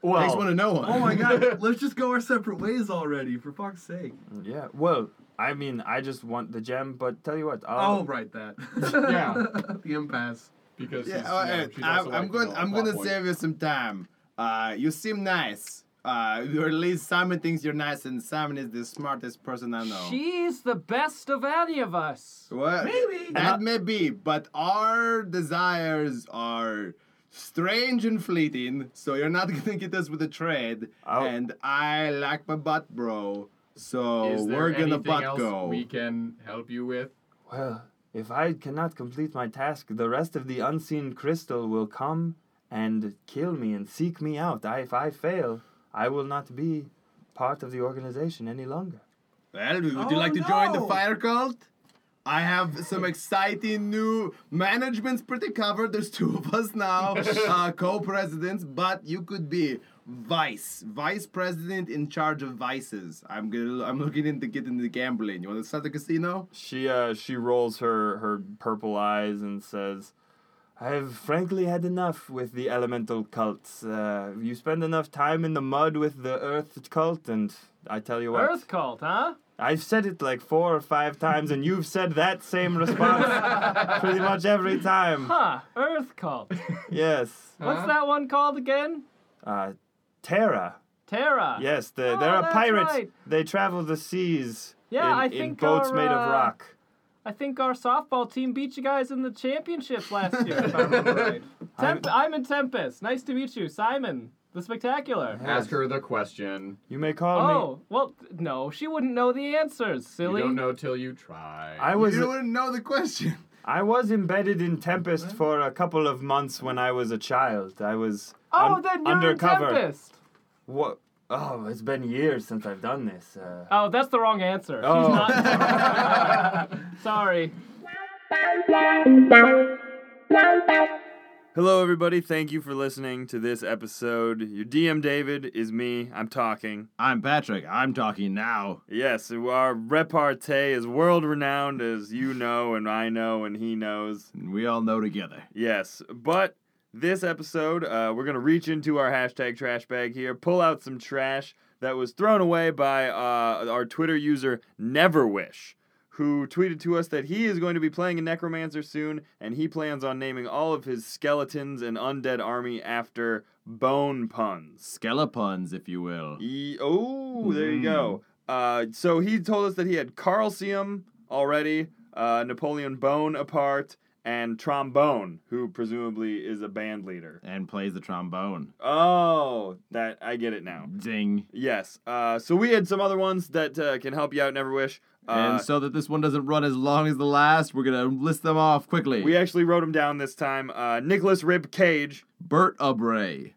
Speaker 1: well,
Speaker 14: Takes one to know one.
Speaker 7: Oh my god, let's just go our separate ways already, for fuck's sake.
Speaker 1: yeah. Well, I mean, I just want the gem. But tell you what, I'll,
Speaker 7: Oh, right, that.
Speaker 2: Yeah.
Speaker 7: the impasse.
Speaker 2: Because
Speaker 14: Yeah,
Speaker 2: he's,
Speaker 14: all
Speaker 2: you know,
Speaker 14: right.
Speaker 2: she's
Speaker 14: I'm,
Speaker 2: also
Speaker 14: I'm
Speaker 2: like,
Speaker 14: going.
Speaker 2: you know, a
Speaker 14: I'm
Speaker 2: plot
Speaker 14: gonna
Speaker 2: point.
Speaker 14: save you some time. Uh, you seem nice. Uh, or at least Simon thinks you're nice, and Simon is the smartest person I know.
Speaker 6: She's the best of any of us.
Speaker 14: What?
Speaker 7: Maybe.
Speaker 14: That may be, but our desires are strange and fleeting. So you're not gonna get us with a trade.
Speaker 1: I'll-
Speaker 14: And I like my butt, bro. So
Speaker 2: Is there
Speaker 14: Oh, we're gonna
Speaker 2: anything
Speaker 14: butt
Speaker 2: else
Speaker 14: go.
Speaker 2: we can help you with?
Speaker 1: Well, if I cannot complete my task, the rest of the unseen crystal will come and kill me and seek me out. I, if I fail, I will not be part of the organization any longer.
Speaker 14: Well, would
Speaker 7: Oh,
Speaker 14: you like to join the
Speaker 7: no.
Speaker 14: fire cult? I have some exciting new management's pretty covered. There's two of us now, uh, co-presidents, but you could be vice, vice president in charge of vices. I'm gonna, I'm looking into getting into gambling. You want to start the casino?
Speaker 1: She uh, she rolls her her purple eyes and says, "I've frankly had enough with the elemental cults. Uh, you spend enough time in the mud with the earth cult, and I tell you what,
Speaker 6: Earth cult, huh?
Speaker 1: I've said it like four or five times, and you've said that same response pretty much every time.
Speaker 6: Huh? Earth cult.
Speaker 1: Yes."
Speaker 6: What's that one called again?
Speaker 1: uh, Terra.
Speaker 11: Terra.
Speaker 15: Yes, the,
Speaker 11: Oh,
Speaker 15: there are
Speaker 11: that's
Speaker 15: pirates.
Speaker 11: right.
Speaker 15: They travel the seas
Speaker 11: Yeah,
Speaker 15: in,
Speaker 11: I
Speaker 15: in
Speaker 11: think
Speaker 15: boats
Speaker 11: our,
Speaker 15: made of
Speaker 11: uh,
Speaker 15: rock.
Speaker 11: I think our softball team beat you guys in the championship last year, if I remember right. Temp- I'm in Tempest. Nice to meet you, Simon, the Spectacular.
Speaker 2: Ask her the question.
Speaker 15: You may call me.
Speaker 11: Oh, well, no, she wouldn't know the answers, silly.
Speaker 2: You don't know till you try.
Speaker 15: I was
Speaker 3: You wouldn't know the question.
Speaker 15: I was embedded in Tempest for a couple of months when I was a child. I was
Speaker 11: Oh,
Speaker 15: un-
Speaker 11: then you're
Speaker 15: undercover.
Speaker 11: in Tempest.
Speaker 15: What? Oh, it's been years since I've done this. Uh,
Speaker 11: Oh, that's the wrong answer.
Speaker 15: Oh.
Speaker 11: She's not. Sorry.
Speaker 1: Hello, everybody. Thank you for listening to this episode. Your DM David is me. I'm talking.
Speaker 14: I'm Patrick. I'm talking now.
Speaker 1: Yes, our repartee is world renowned, as you know, and I know, and he knows.
Speaker 14: And we all know together.
Speaker 1: Yes, but this episode, uh, we're going to reach into our hashtag trash bag here, pull out some trash that was thrown away by uh, our Twitter user, Neverwish, who tweeted to us that he is going to be playing a Necromancer soon, and he plans on naming all of his skeletons and undead army after bone puns.
Speaker 14: Skelepons, if you will.
Speaker 1: Ye- oh, there you go. Uh, so he told us that he had Carlcium already, uh, Napoleon Bone apart, and Trombone, who presumably is a band leader.
Speaker 14: And plays the trombone.
Speaker 1: Oh, that I get it now.
Speaker 3: Mm-hmm.
Speaker 14: Zing.
Speaker 1: Yes. Uh, so we had some other ones that uh, can help you out. Never wish. Uh,
Speaker 14: and so that this one doesn't run as long as the last, we're gonna list them off quickly.
Speaker 1: we actually wrote them down this time. Uh, Nicholas Rib Cage,
Speaker 14: Bert Abray,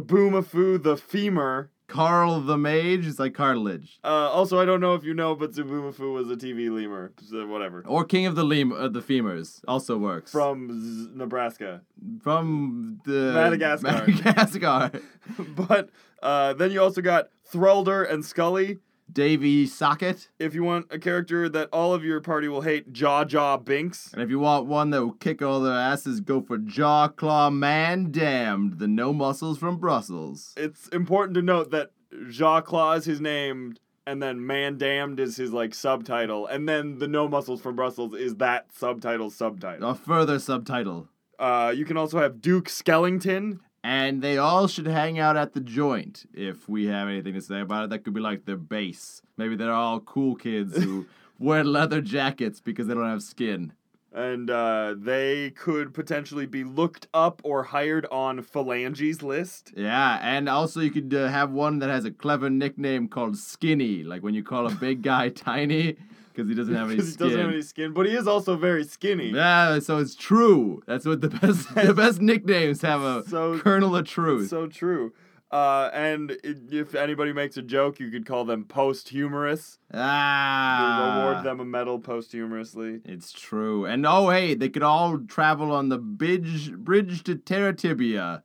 Speaker 1: Zabumafu the femur.
Speaker 14: Carl the Mage, it's like cartilage,
Speaker 1: Uh, also, I don't know if you know, but Zabumafu was a TV lemur. So whatever.
Speaker 14: or King of the Lem- uh, the Femurs, also works.
Speaker 1: From Z- Nebraska.
Speaker 14: from the
Speaker 1: Madagascar.
Speaker 14: Madagascar.
Speaker 1: But uh, then you also got Threlder and Scully.
Speaker 14: Davy Socket,
Speaker 1: If you want a character that all of your party will hate, Jaw Jaw Binks.
Speaker 14: and if you want one that will kick all their asses, go for Jaw Claw Man Damned, the no muscles from Brussels.
Speaker 1: It's important to note that Jaw Claw is his name, and then Man Damned is his like subtitle, and then the No Muscles from Brussels is that subtitle subtitle.
Speaker 14: A further subtitle.
Speaker 1: Uh, you can also have Duke Skellington.
Speaker 14: And they all should hang out at the joint if we have anything to say about it. That could be like their base. Maybe they're all cool kids who wear leather jackets because they don't have skin.
Speaker 1: And uh, they could potentially be looked up or hired on Phalanges list.
Speaker 14: Yeah, and also you could uh, have one that has a clever nickname called Skinny, like when you call a big guy tiny because he doesn't have any
Speaker 1: Because he
Speaker 14: skin.
Speaker 1: doesn't have any skin, but he is also very skinny.
Speaker 14: yeah, so it's true. That's what the best the best nicknames have a
Speaker 1: So-
Speaker 14: kernel of truth.
Speaker 1: So true. Uh, and i- if anybody makes a joke, you could call them posthumous. You
Speaker 14: ah,
Speaker 1: award them a medal posthumously.
Speaker 14: It's true. And oh hey, they could all travel on the bridge bridge to Terratibia.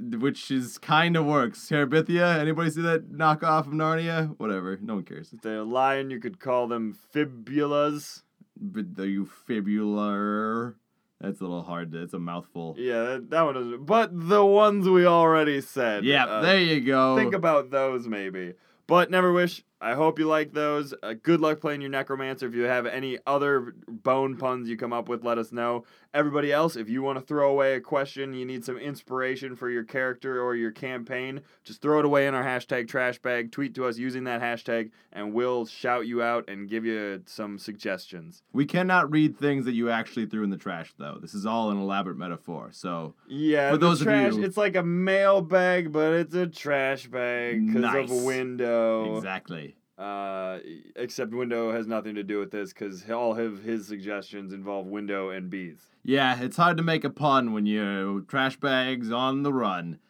Speaker 14: Which is kind of works. Terabithia, anybody see that knockoff of Narnia? Whatever, no one cares.
Speaker 1: If they're a lion, you could call them fibulas.
Speaker 14: But the eufibular. That's a little hard. to- That's a mouthful.
Speaker 1: Yeah, that, that one doesn't. But the ones we already said.
Speaker 14: Yeah,
Speaker 1: Uh,
Speaker 14: there you go.
Speaker 1: think about those maybe. But never wish. I hope you like those. Uh, good luck playing your necromancer. If you have any other bone puns you come up with, let us know. Everybody else, if you want to throw away a question, you need some inspiration for your character or your campaign, just throw it away in our hashtag trash bag. Tweet to us using that hashtag, and we'll shout you out and give you some suggestions.
Speaker 14: we cannot read things that you actually threw in the trash, though. This is all an elaborate metaphor. So
Speaker 1: Yeah,
Speaker 14: For
Speaker 1: the
Speaker 14: those of
Speaker 1: trash,
Speaker 14: you-
Speaker 1: It's like a mail bag, but it's a trash bag because
Speaker 14: Nice.
Speaker 1: of a window.
Speaker 14: exactly.
Speaker 1: Uh, except Window has nothing to do with this because all of his suggestions involve Window and bees.
Speaker 14: Yeah, it's hard to make a pun when you're trash bags on the run.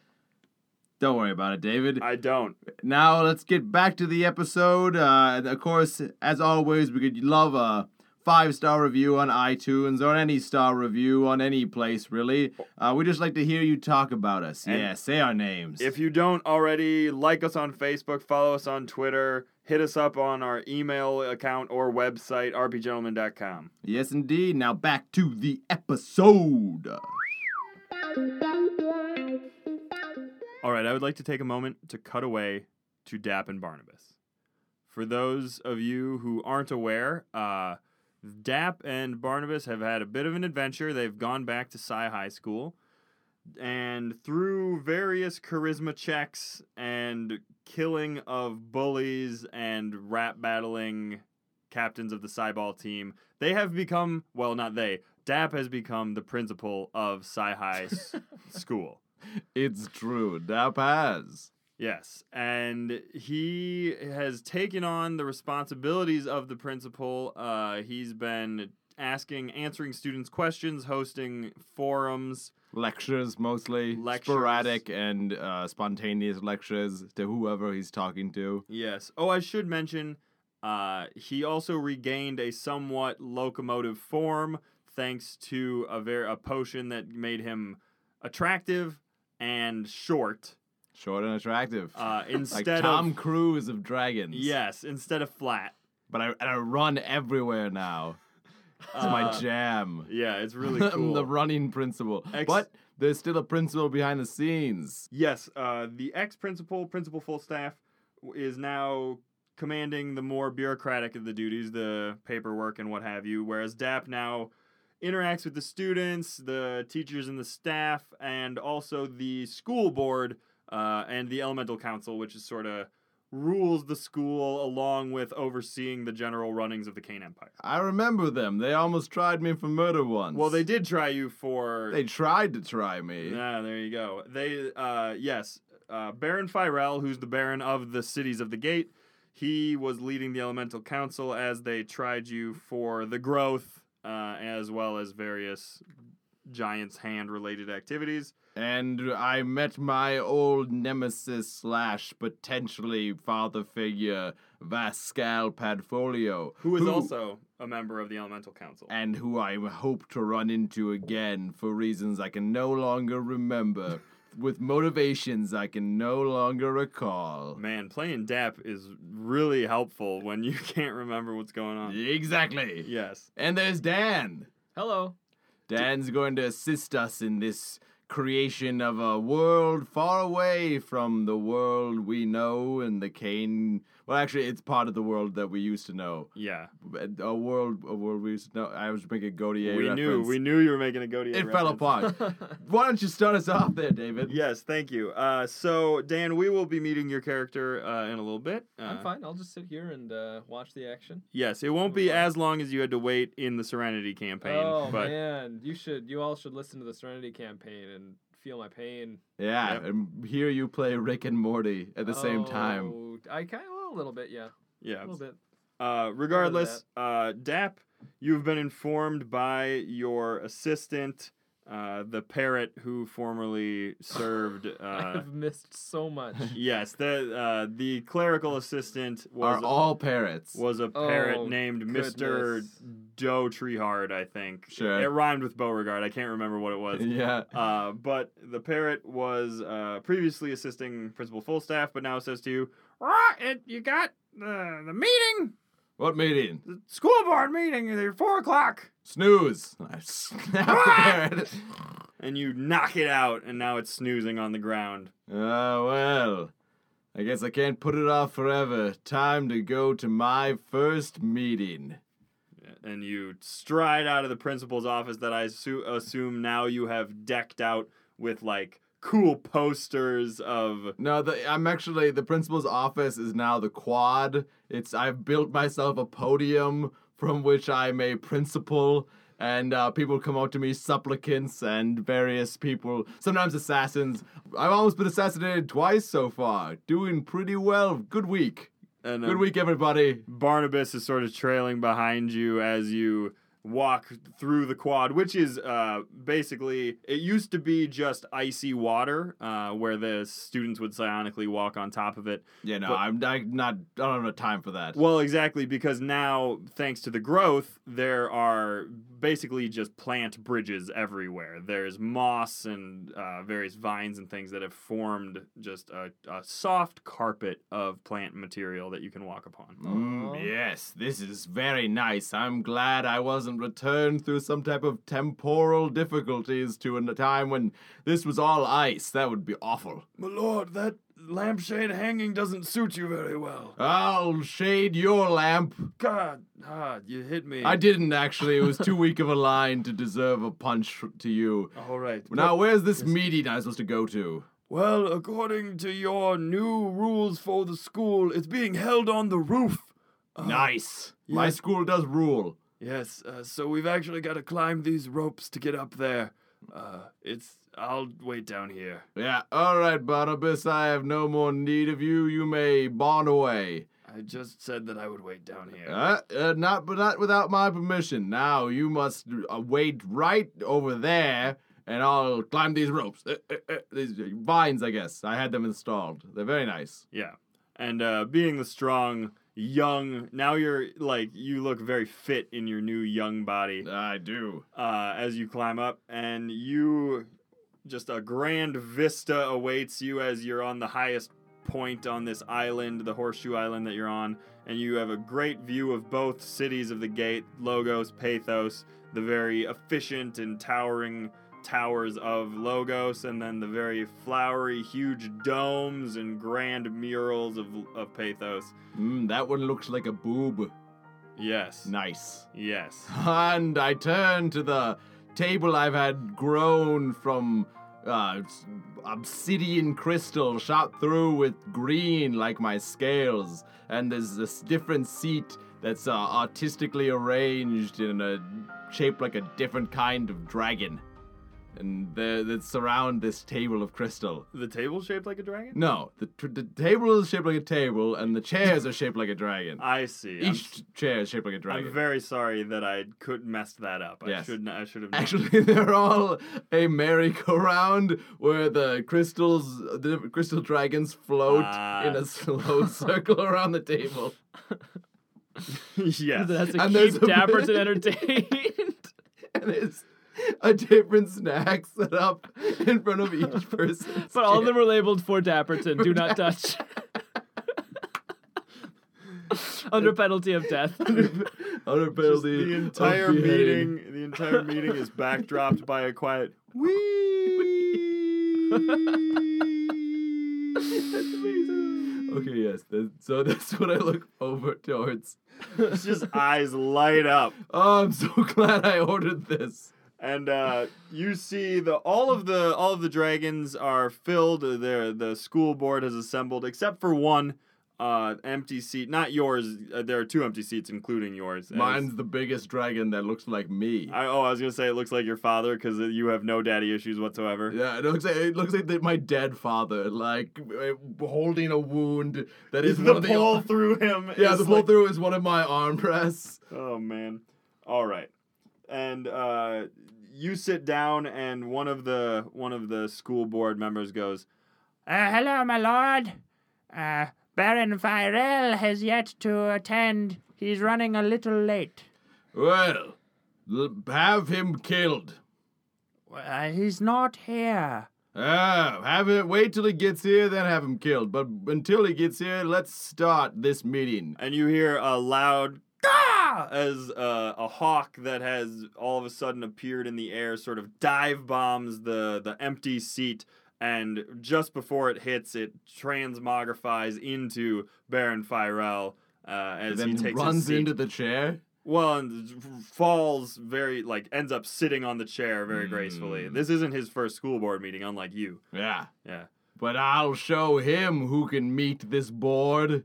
Speaker 14: Don't worry about it, David.
Speaker 1: I don't.
Speaker 14: now let's get back to the episode. Uh, and of course, as always, we could love a five star review on iTunes or any star review on any place, really. Uh, we just like to hear you talk about us.
Speaker 1: And
Speaker 14: yeah, say our names.
Speaker 1: If you don't already, like us on Facebook, follow us on Twitter, hit us up on our email account or website, rpgentleman.com.
Speaker 14: yes, indeed. Now back to the episode.
Speaker 1: All right, I would like to take a moment to cut away to Dap and Barnabas. For those of you who aren't aware, uh, Dap and Barnabas have had a bit of an adventure. They've gone back to Psy High School. and through various charisma checks and killing of bullies and rap battling captains of the Cyball team, they have become well, not they. Dap has become the principal of Sci High s- School.
Speaker 14: It's true. Dap has.
Speaker 1: Yes, and he has taken on the responsibilities of the principal. Uh, he's been asking, answering students' questions, hosting forums.
Speaker 14: Lectures mostly.
Speaker 1: Lectures.
Speaker 14: Sporadic and uh, spontaneous lectures to whoever he's talking to.
Speaker 1: Yes. Oh, I should mention, uh, he also regained a somewhat locomotive form thanks to a ver- a potion that made him attractive and short.
Speaker 14: Short and attractive.
Speaker 1: Uh,
Speaker 14: like
Speaker 1: instead
Speaker 14: Tom
Speaker 1: of
Speaker 14: Cruise of Dragons.
Speaker 1: yes, instead of flat.
Speaker 14: But I, and I run everywhere now. It's my jam.
Speaker 1: Uh, Yeah, it's really
Speaker 14: I'm
Speaker 1: cool.
Speaker 14: the running principal.
Speaker 1: Ex-
Speaker 14: but there's still a principal behind the scenes.
Speaker 1: Yes, uh, the ex principal, principal full staff, w- is now commanding the more bureaucratic of the duties, the paperwork and what have you, whereas DAP now interacts with the students, the teachers, and the staff, and also the school board uh, and the elemental council, which is sort of rules the school along with overseeing the general runnings of the Kane Empire.
Speaker 14: I remember them. They almost tried me for murder once.
Speaker 1: Well, they did try you for
Speaker 14: They tried to try me.
Speaker 1: Yeah, Ah, there you go. They, uh, yes, uh, Baron Firel, who's the Baron of the Cities of the Gate, he was leading the Elemental Council as they tried you for the growth, uh, as well as various Giant's Hand related activities.
Speaker 14: And I met my old nemesis slash potentially father figure, Vascal Padfolio.
Speaker 1: Who is also a member of the Elemental Council.
Speaker 14: And who I hope to run into again for reasons I can no longer remember, with motivations I can no longer recall.
Speaker 1: Man, playing DAP is really helpful when you can't remember what's going on.
Speaker 14: Exactly.
Speaker 1: Yes.
Speaker 14: And there's Dan.
Speaker 11: Hello.
Speaker 14: Dan's going to assist us in this creation of a world far away from the world we know and the Kane. Well, actually, it's part of the world that we used to know.
Speaker 1: Yeah.
Speaker 14: But A world, a world we used to know. I was making a Gaudier
Speaker 1: we
Speaker 14: reference.
Speaker 1: knew we knew you were making a go to
Speaker 14: It fell apart. Why don't you start us off there, David?
Speaker 1: Yes, thank you. Uh, so, Dan, we will be meeting your character uh, in a little bit. Uh,
Speaker 6: I'm fine. I'll just sit here and uh, watch the action.
Speaker 1: Yes, it won't be as long as you had to wait in the Serenity campaign.
Speaker 6: oh
Speaker 1: but
Speaker 6: man, you should. You all should listen to the Serenity campaign and feel my pain.
Speaker 14: Yeah,
Speaker 1: Yep.
Speaker 14: and here you play Rick and Morty at the
Speaker 6: Uh,
Speaker 14: same time.
Speaker 6: Oh, I kind of a little bit, yeah, a
Speaker 1: yeah.
Speaker 6: little bit.
Speaker 1: Uh, regardless, uh, Dap, you've been informed by your assistant, uh, the parrot who formerly served. Uh,
Speaker 6: I've missed so much.
Speaker 1: yes, the uh, the clerical assistant was
Speaker 14: Are all parrots.
Speaker 1: was a parrot
Speaker 6: Oh,
Speaker 1: named Mister
Speaker 6: goodness.
Speaker 1: Doe Treehard, I think.
Speaker 14: Sure.
Speaker 1: It rhymed with Beauregard. I can't remember what it was.
Speaker 14: yeah.
Speaker 1: Uh, but the parrot was uh, previously assisting Principal Fullstaff, but now says to you, "Rah, it, you got the, the meeting,
Speaker 14: What meeting?
Speaker 1: the school board meeting, at 4 o'clock.
Speaker 14: Snooze. I snap the parrot.
Speaker 1: And you knock it out, and now it's snoozing on the ground.
Speaker 14: Ah, well. I guess I can't put it off forever. Time to go to my first meeting.
Speaker 1: And you stride out of the principal's office that I assu- assume now you have decked out with like cool posters of.
Speaker 14: No, the, I'm actually the principal's office is now the quad. It's I've built myself a podium from which I'm a principal, and uh, people come up to me, supplicants and various people, sometimes assassins. I've almost been assassinated twice so far. Doing pretty well. Good week.
Speaker 1: And a
Speaker 14: Good week, everybody.
Speaker 1: Barnabas is sort of trailing behind you as you walk through the quad, which is uh, basically it used to be just icy water uh, where the students would psionically walk on top of it.
Speaker 14: Yeah, no,
Speaker 1: But-
Speaker 14: I'm I, not. I don't have time for that.
Speaker 1: Well, exactly because now, thanks to the growth, there are basically just plant bridges everywhere. There's moss and uh, various vines and things that have formed just a, a soft carpet of plant material that you can walk upon.
Speaker 14: Mm, yes, this is very nice. I'm glad I wasn't and return through some type of temporal difficulties to a time when this was all ice. That would be awful.
Speaker 1: My lord, that lampshade hanging doesn't suit you very well.
Speaker 14: I'll shade your lamp.
Speaker 1: God, ah, you hit me.
Speaker 14: I didn't actually. It was too weak of a line to deserve a punch to you.
Speaker 1: All right.
Speaker 14: Now, where's this meeting I'm supposed to go to?
Speaker 1: Well, according to your new rules for the school, it's being held on the roof.
Speaker 14: nice. My
Speaker 1: yes.
Speaker 14: school does rule.
Speaker 1: Yes, uh, so we've actually got to climb these ropes to get up there. Uh, it's. I'll wait down here.
Speaker 14: Yeah, all right, Barnabas, I have no more need of you. You may bon away.
Speaker 1: I just said that I would wait down here.
Speaker 14: Uh, uh, not, but not without my permission. Now you must uh, wait right over there, and I'll climb these ropes, uh, uh, uh, these vines. I guess I had them installed. They're very nice.
Speaker 1: Yeah. And uh, being the strong, young, now you're like, you look very fit in your new young body
Speaker 14: I do.
Speaker 1: uh, as you climb up, and you just a grand vista awaits you as you're on the highest point on this island, the Horseshoe Island that you're on, and you have a great view of both cities of the gate, Logos, Pathos, the very efficient and towering towers of Logos, and then the very flowery, huge domes and grand murals of, of Pathos.
Speaker 14: Mm, that one looks like a boob.
Speaker 1: Yes.
Speaker 14: Nice.
Speaker 1: Yes.
Speaker 14: And I turn to the table I've had grown from uh, s- obsidian crystal shot through with green like my scales. And there's this different seat that's uh, artistically arranged in a shape like a different kind of dragon. And the- that surround this table of crystal.
Speaker 1: The table shaped like a dragon?
Speaker 14: No, the, tr- the table is shaped like a table, and the chairs are shaped like a dragon.
Speaker 1: I see. I'm
Speaker 14: Each chair is shaped like a dragon.
Speaker 1: I'm very sorry that I could mess that up. I
Speaker 14: Yes.
Speaker 1: should not, I should have
Speaker 14: Actually, they're all a merry-go-round where the crystals, the crystal dragons float
Speaker 1: Ah.
Speaker 14: in a slow circle around the table.
Speaker 1: yes.
Speaker 6: That's a
Speaker 14: And there's
Speaker 6: keep
Speaker 14: a-
Speaker 6: Dapperton entertained.
Speaker 14: And it's a different snack set up in front of each person.
Speaker 6: but all of them are labeled for Dapperton. Do not touch. Under penalty of death.
Speaker 14: Under
Speaker 1: Just
Speaker 14: penalty
Speaker 1: the
Speaker 14: of
Speaker 1: entire
Speaker 14: beheading.
Speaker 1: meeting, the entire meeting is backdropped by a quiet.
Speaker 14: Okay, yes. that- so that's what I look over towards.
Speaker 1: It's just eyes light up,
Speaker 14: Oh, I'm so glad I ordered this.
Speaker 1: and uh, you see the all of the all of the dragons are filled. There, the school board has assembled, except for one uh, empty seat. Not yours. Uh, there are two empty seats, including yours. as-
Speaker 14: Mine's the biggest dragon that looks like me.
Speaker 1: I, oh, I was gonna say it looks like your father because you have no daddy issues whatsoever.
Speaker 14: Yeah, it looks like it looks like that my dead father, like uh, holding a wound that is one
Speaker 1: the
Speaker 14: of
Speaker 1: pole through him.
Speaker 14: Yeah,
Speaker 1: is
Speaker 14: the pull
Speaker 1: like-
Speaker 14: through is one of my arm rests.
Speaker 1: Oh man. All right. And uh, you sit down, and one of the one of the school board members goes,
Speaker 16: Uh, hello, my lord. Uh, Baron Virel has yet to attend. He's running a little late.
Speaker 14: Well, l- have him killed.
Speaker 16: Uh, he's not here.
Speaker 14: Ah, have it. Wait till he gets here, then have him killed. But until he gets here, let's start this meeting.
Speaker 1: and you hear a loud "Gah!" as uh, a hawk that has all of a sudden appeared in the air sort of dive bombs the the empty seat. And just before it hits, it transmogrifies into Baron Firel uh, as
Speaker 14: then
Speaker 1: he takes his
Speaker 14: runs
Speaker 1: seat.
Speaker 14: into the chair.
Speaker 1: Well, and f- falls very like ends up sitting on the chair very
Speaker 14: Hmm.
Speaker 1: gracefully. This isn't his first school board meeting, unlike you.
Speaker 14: Yeah,
Speaker 1: Yeah.
Speaker 14: but I'll show him who can meet this board.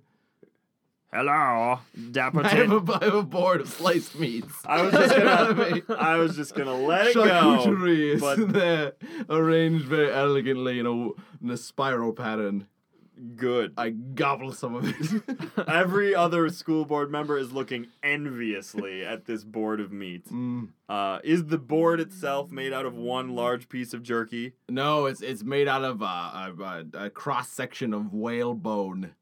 Speaker 1: Hello,
Speaker 14: I have
Speaker 1: Dapperton.
Speaker 14: a, I have a board of sliced meats.
Speaker 1: I was just
Speaker 14: Wait.
Speaker 1: gonna, I was just gonna let it go.
Speaker 14: charcuterie is
Speaker 1: but-
Speaker 14: there, arranged very elegantly in a, in a spiral pattern.
Speaker 1: Good.
Speaker 14: I gobble some of it.
Speaker 1: Every other school board member is looking enviously at this board of meat. Uh, is the board itself made out of one large piece of jerky?
Speaker 14: no, it's it's made out of uh, a, a, a cross section of whale bone.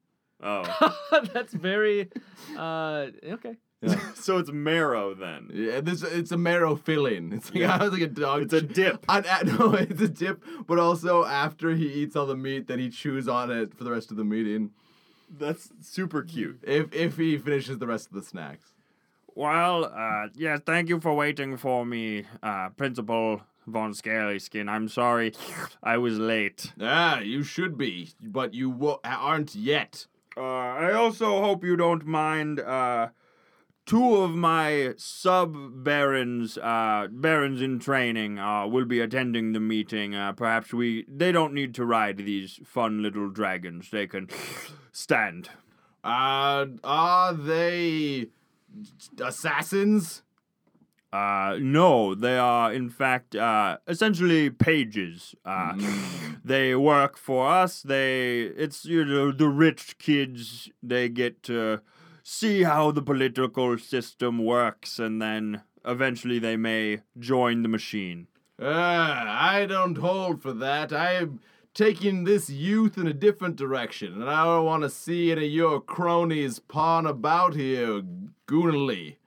Speaker 1: Oh,
Speaker 6: That's very. Uh, okay.
Speaker 1: so it's marrow then.
Speaker 14: Yeah, this it's a marrow filling. It's like, I was like a dog.
Speaker 1: It's a
Speaker 14: chew-
Speaker 1: dip.
Speaker 14: I'd add- no, it's a dip, but also after he eats all the meat, then he chews on it for the rest of the meeting.
Speaker 1: That's super cute.
Speaker 14: If if he finishes the rest of the snacks.
Speaker 16: Well, uh, yes, thank you for waiting for me, uh, Principal Von Skin. I'm sorry I was late.
Speaker 14: Ah, you should be, but you wo- aren't yet.
Speaker 16: Uh, I also hope you don't mind uh, two of my sub barons, uh, barons in training, uh, will be attending the meeting. Uh, perhaps we they don't need to ride these fun little dragons. They can stand.
Speaker 14: Uh, are they assassins?
Speaker 16: Uh, no, they are in fact uh, essentially pages. Uh, They work for us. They it's you know the rich kids. They get to see how the political system works, and then eventually they may join the machine.
Speaker 14: Ah, I don't hold for that. I'm taking this youth in a different direction, and I don't want to see any of your cronies pawn about here, goonily.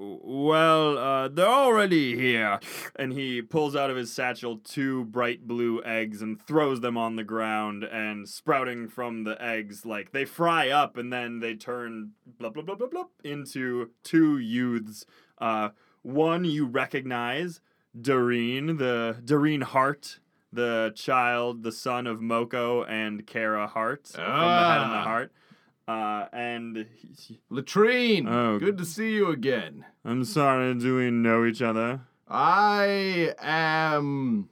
Speaker 1: Well, uh, they're already here. And he pulls out of his satchel two bright blue eggs and throws them on the ground. And sprouting from the eggs, like they fry up and then they turn blah blah blah blah blah into two youths. Uh, one you recognize, Doreen, the Doreen Hart, the child, the son of Moko and Kara Hart from the Head and the
Speaker 14: Ah.
Speaker 1: Heart. Uh, and he-
Speaker 14: Latrine,
Speaker 1: Oh.
Speaker 14: good to see you again.
Speaker 1: I'm sorry, do we know each other?
Speaker 14: I am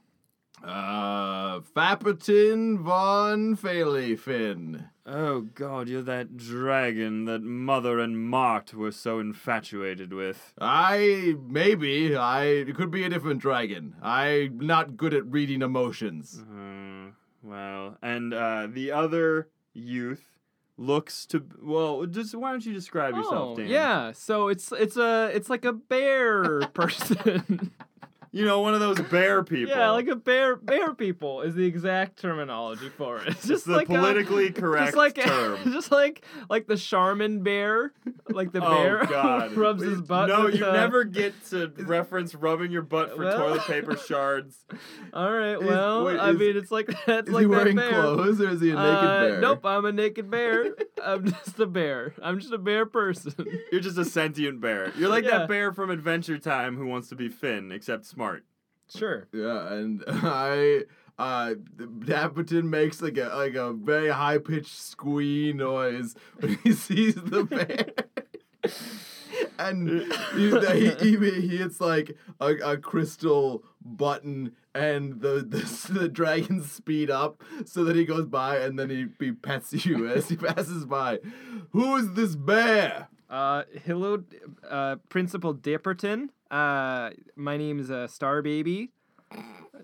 Speaker 14: uh Fapperton von Falefen.
Speaker 1: Oh god, you're that dragon that Mother and Mart were so infatuated with.
Speaker 14: I maybe I it could be a different dragon. I'm not good at reading emotions.
Speaker 6: Mm-hmm.
Speaker 1: Uh, well, and uh, the other youth looks to well. Just why don't you describe
Speaker 6: Oh,
Speaker 1: yourself, Dan?
Speaker 6: yeah. So it's it's a it's like a bear person.
Speaker 1: you know one of those bear people.
Speaker 6: Yeah, like a bear bear people is the exact terminology for it. It's just
Speaker 1: the
Speaker 6: like a-
Speaker 1: politically correct
Speaker 6: just like,
Speaker 1: term.
Speaker 6: just like like the Charmin bear, like the
Speaker 1: Oh,
Speaker 6: bear
Speaker 1: God.
Speaker 6: rubs his butt.
Speaker 1: no,
Speaker 6: with
Speaker 1: you
Speaker 6: the-
Speaker 1: never get to reference rubbing your butt for
Speaker 6: Well-
Speaker 1: toilet paper shards.
Speaker 6: All right, well,
Speaker 1: wait,
Speaker 6: I
Speaker 1: is-
Speaker 6: mean, it's like that's
Speaker 1: is
Speaker 6: like
Speaker 1: he
Speaker 6: that
Speaker 1: wearing
Speaker 6: bear.
Speaker 1: clothes,
Speaker 14: or is he a naked
Speaker 6: Uh,
Speaker 14: bear?
Speaker 6: Nope, I'm a naked bear. I'm just a bear. I'm just a bear person.
Speaker 1: You're just a sentient bear. You're like
Speaker 6: Yeah.
Speaker 1: that bear from Adventure Time who wants to be Finn, except smart.
Speaker 6: Sure.
Speaker 14: Yeah, and I uh Dapperton makes like a like a very high pitched squee noise when he sees the bear. and he, he, he, he hits like a, a crystal button and the, the the dragons speed up so that he goes by and then he, he pets you as he passes by. Who is this bear?
Speaker 6: Uh, hello, uh, Principal Dipperton. Uh, my name's uh, Star Baby.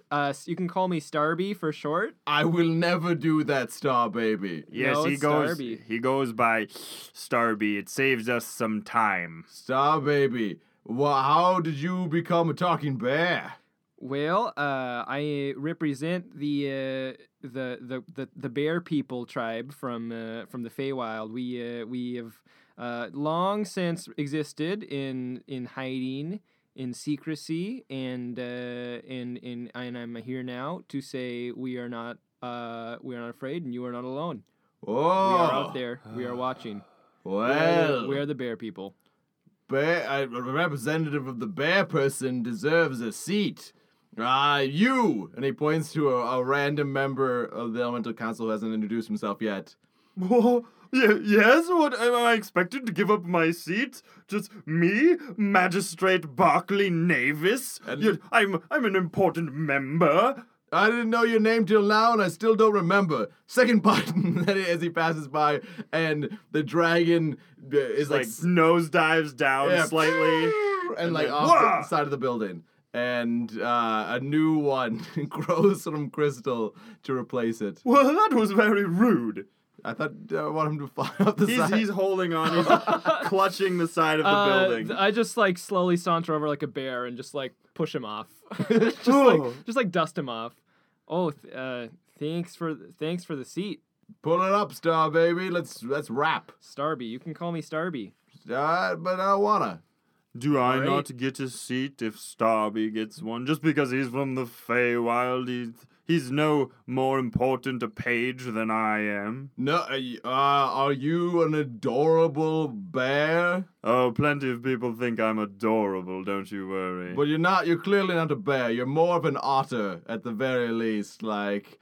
Speaker 6: Uh, s- you can call me Starby for short.
Speaker 14: I will never do that, Star Baby.
Speaker 1: Yes,
Speaker 6: No,
Speaker 1: he
Speaker 6: it's
Speaker 1: goes.
Speaker 6: Starby.
Speaker 1: He goes by Starby. It saves us some time.
Speaker 14: Star Baby, well, how did you become a talking bear?
Speaker 6: Well, uh, I represent the, uh, the the the the bear people tribe from uh, from the Feywild. We uh, we have uh, long since existed in in hiding, in secrecy, and uh, and and and I'm here now to say we are not uh, we are not afraid, and you are not alone.
Speaker 14: Oh,
Speaker 6: We are out there. We are watching. We are the-
Speaker 14: well,
Speaker 6: we are the bear people.
Speaker 14: bear, a representative of the bear person deserves a seat. Ah, you! And he points to a, a random member of the Elemental Council who hasn't introduced himself yet.
Speaker 1: Oh, ye- yes, what am I expected to give up my seat? Just me, Magistrate Barclay Navis? Yet I'm I'm an important member.
Speaker 14: I didn't know your name till now, and I still don't remember. Second button that he- as he passes by, and the dragon uh, is like,
Speaker 1: Like nosedives down
Speaker 14: Yeah.
Speaker 1: slightly.
Speaker 14: and like
Speaker 1: then,
Speaker 14: off
Speaker 1: "Wah!"
Speaker 14: the side of the building. And uh, a new one grows from crystal to replace it.
Speaker 1: Well, that was very rude.
Speaker 14: I thought uh, I want him to fly off the
Speaker 1: He's
Speaker 14: side.
Speaker 1: he's holding on. He's clutching the side of the
Speaker 6: Uh,
Speaker 1: building.
Speaker 6: th- I just like slowly saunter over like a bear and just like push him off. just like just like dust him off. Oh, th- uh, thanks for th- thanks for the seat,
Speaker 14: Pull it up, Star Baby. Let's let's rap.
Speaker 6: Starby. You can call me Starby.
Speaker 14: Uh, but I don't wanna.
Speaker 1: Do I
Speaker 6: Alright.
Speaker 1: not get a seat if Starby gets one? Just because he's from the Feywild, he He's no more important a page than I am.
Speaker 14: No, uh, y- uh, are you an adorable bear?
Speaker 1: Oh, plenty of people think I'm adorable, don't you worry.
Speaker 14: Well, you're not. You're clearly not a bear. You're more of an otter, at the very least. Like,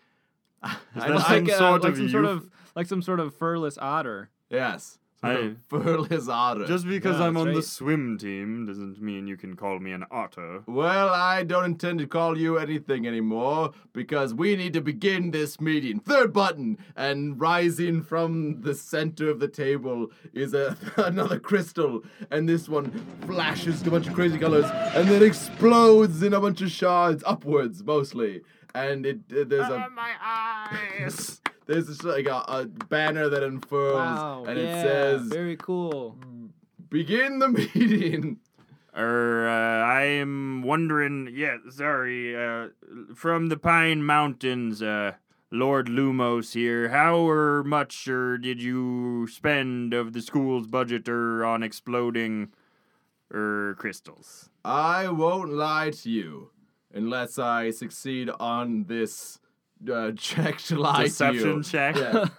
Speaker 1: Is
Speaker 14: I-
Speaker 1: that
Speaker 14: I-
Speaker 1: some
Speaker 6: uh,
Speaker 1: sort
Speaker 6: like
Speaker 1: of
Speaker 6: some sort
Speaker 1: youth-
Speaker 6: of like some sort of furless otter.
Speaker 14: yes,
Speaker 1: I-
Speaker 14: a furless otter.
Speaker 1: Just because
Speaker 6: Yeah,
Speaker 1: I'm
Speaker 6: uh, that's
Speaker 1: on the
Speaker 6: right.
Speaker 1: swim team doesn't mean you can call me an otter.
Speaker 14: Well, I don't intend to call you anything anymore because we need to begin this meeting. Third button! And rising from the center of the table is a, another crystal. And this one flashes to a bunch of crazy colors and then explodes in a bunch of shards, upwards mostly. And it uh, there's a.
Speaker 6: Um,
Speaker 1: my eyes!
Speaker 14: There's just like a, a banner that unfurls
Speaker 6: Wow,
Speaker 14: and
Speaker 6: yeah,
Speaker 14: it says,
Speaker 6: very cool.
Speaker 1: "Mm."
Speaker 14: Begin the meeting.
Speaker 1: Er, uh, I'm wondering. Yeah, sorry. Uh, from the Pine Mountains, uh, Lord Lumos here. How or much or did you spend of the school's budget or on exploding er crystals?
Speaker 14: I won't lie to you unless I succeed on this uh, check to lie to you.
Speaker 1: Deception check.
Speaker 14: Yes.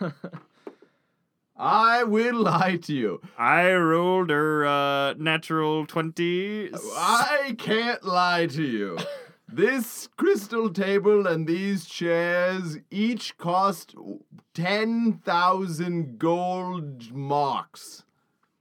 Speaker 14: I will lie to you.
Speaker 1: I rolled er uh, natural twenty.
Speaker 14: I can't lie to you. This crystal table and these chairs each cost 10,000 gold marks.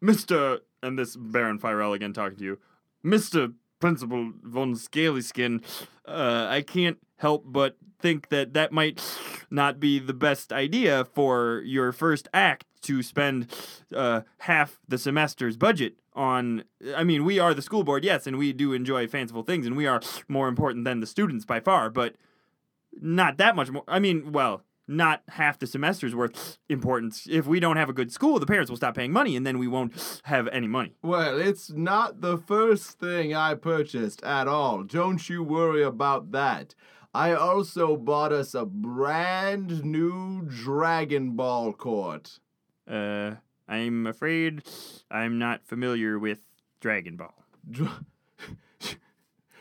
Speaker 1: Mr. and this Baron Firel again talking to you, Mr. Principal von Scalyskin, uh, I can't help but think that that might not be the best idea for your first act to spend uh, half the semester's budget on. I mean, we are the school board, yes, and we do enjoy fanciful things, and we are more important than the students by far, but not that much more. I mean, well, not half the semester's worth importance. If we don't have a good school, the parents will stop paying money, and then we won't have any money.
Speaker 14: Well, it's not the first thing I purchased at all. Don't you worry about that. I also bought us a brand new Dragon Ball court.
Speaker 1: Uh, I'm afraid I'm not familiar with Dragon Ball.
Speaker 14: Dra-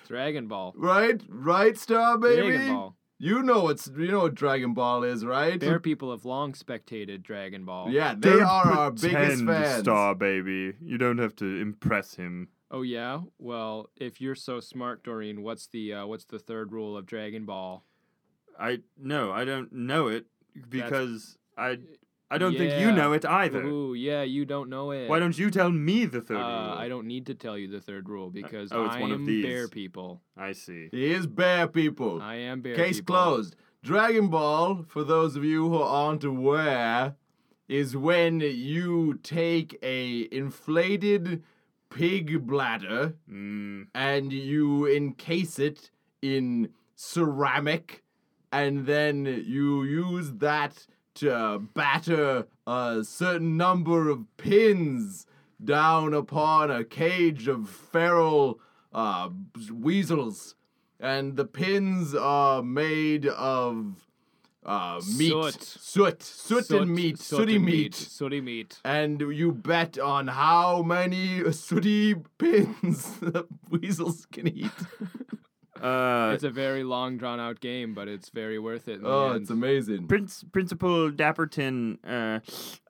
Speaker 6: Dragon Ball.
Speaker 14: right? Right, Star Baby?
Speaker 6: Dragon Ball.
Speaker 14: You know what's you know what Dragon Ball is, right?
Speaker 6: Bear people have long spectated Dragon Ball.
Speaker 14: Yeah, they
Speaker 1: Don't
Speaker 14: are our biggest
Speaker 1: pretend,
Speaker 14: fans.
Speaker 1: Star baby. You don't have to impress him.
Speaker 6: Oh yeah. Well, if you're so smart, Doreen, what's the uh, what's the third rule of Dragon Ball?
Speaker 1: I no, I don't know it because I I don't think
Speaker 6: Yeah.
Speaker 1: you know it either.
Speaker 6: Ooh, yeah, you don't know it.
Speaker 1: Why don't you tell me the third
Speaker 6: uh,
Speaker 1: rule?
Speaker 6: I don't need to tell you the third rule because
Speaker 1: oh, it's
Speaker 6: I
Speaker 1: one of
Speaker 6: am
Speaker 1: these.
Speaker 6: bear people.
Speaker 1: I see.
Speaker 14: He is bear people.
Speaker 6: I am bear
Speaker 14: Case
Speaker 6: people.
Speaker 14: closed. Dragon Ball, for those of you who aren't aware, is when you take a inflated pig bladder
Speaker 1: Mm,
Speaker 14: and you encase it in ceramic, and then you use that to batter a certain number of pins down upon a cage of feral uh, weasels. And the pins are made of uh, meat,
Speaker 6: Soot.
Speaker 14: soot, soot, and meat, sooty
Speaker 6: and
Speaker 14: meat.
Speaker 6: sooty meat.
Speaker 14: And you bet on how many sooty pins the weasels can eat.
Speaker 1: Uh,
Speaker 6: It's a very long, drawn out game, but it's very worth it. in the
Speaker 14: Oh,
Speaker 6: end.
Speaker 14: it's amazing.
Speaker 1: Prince Principal Dapperton, uh,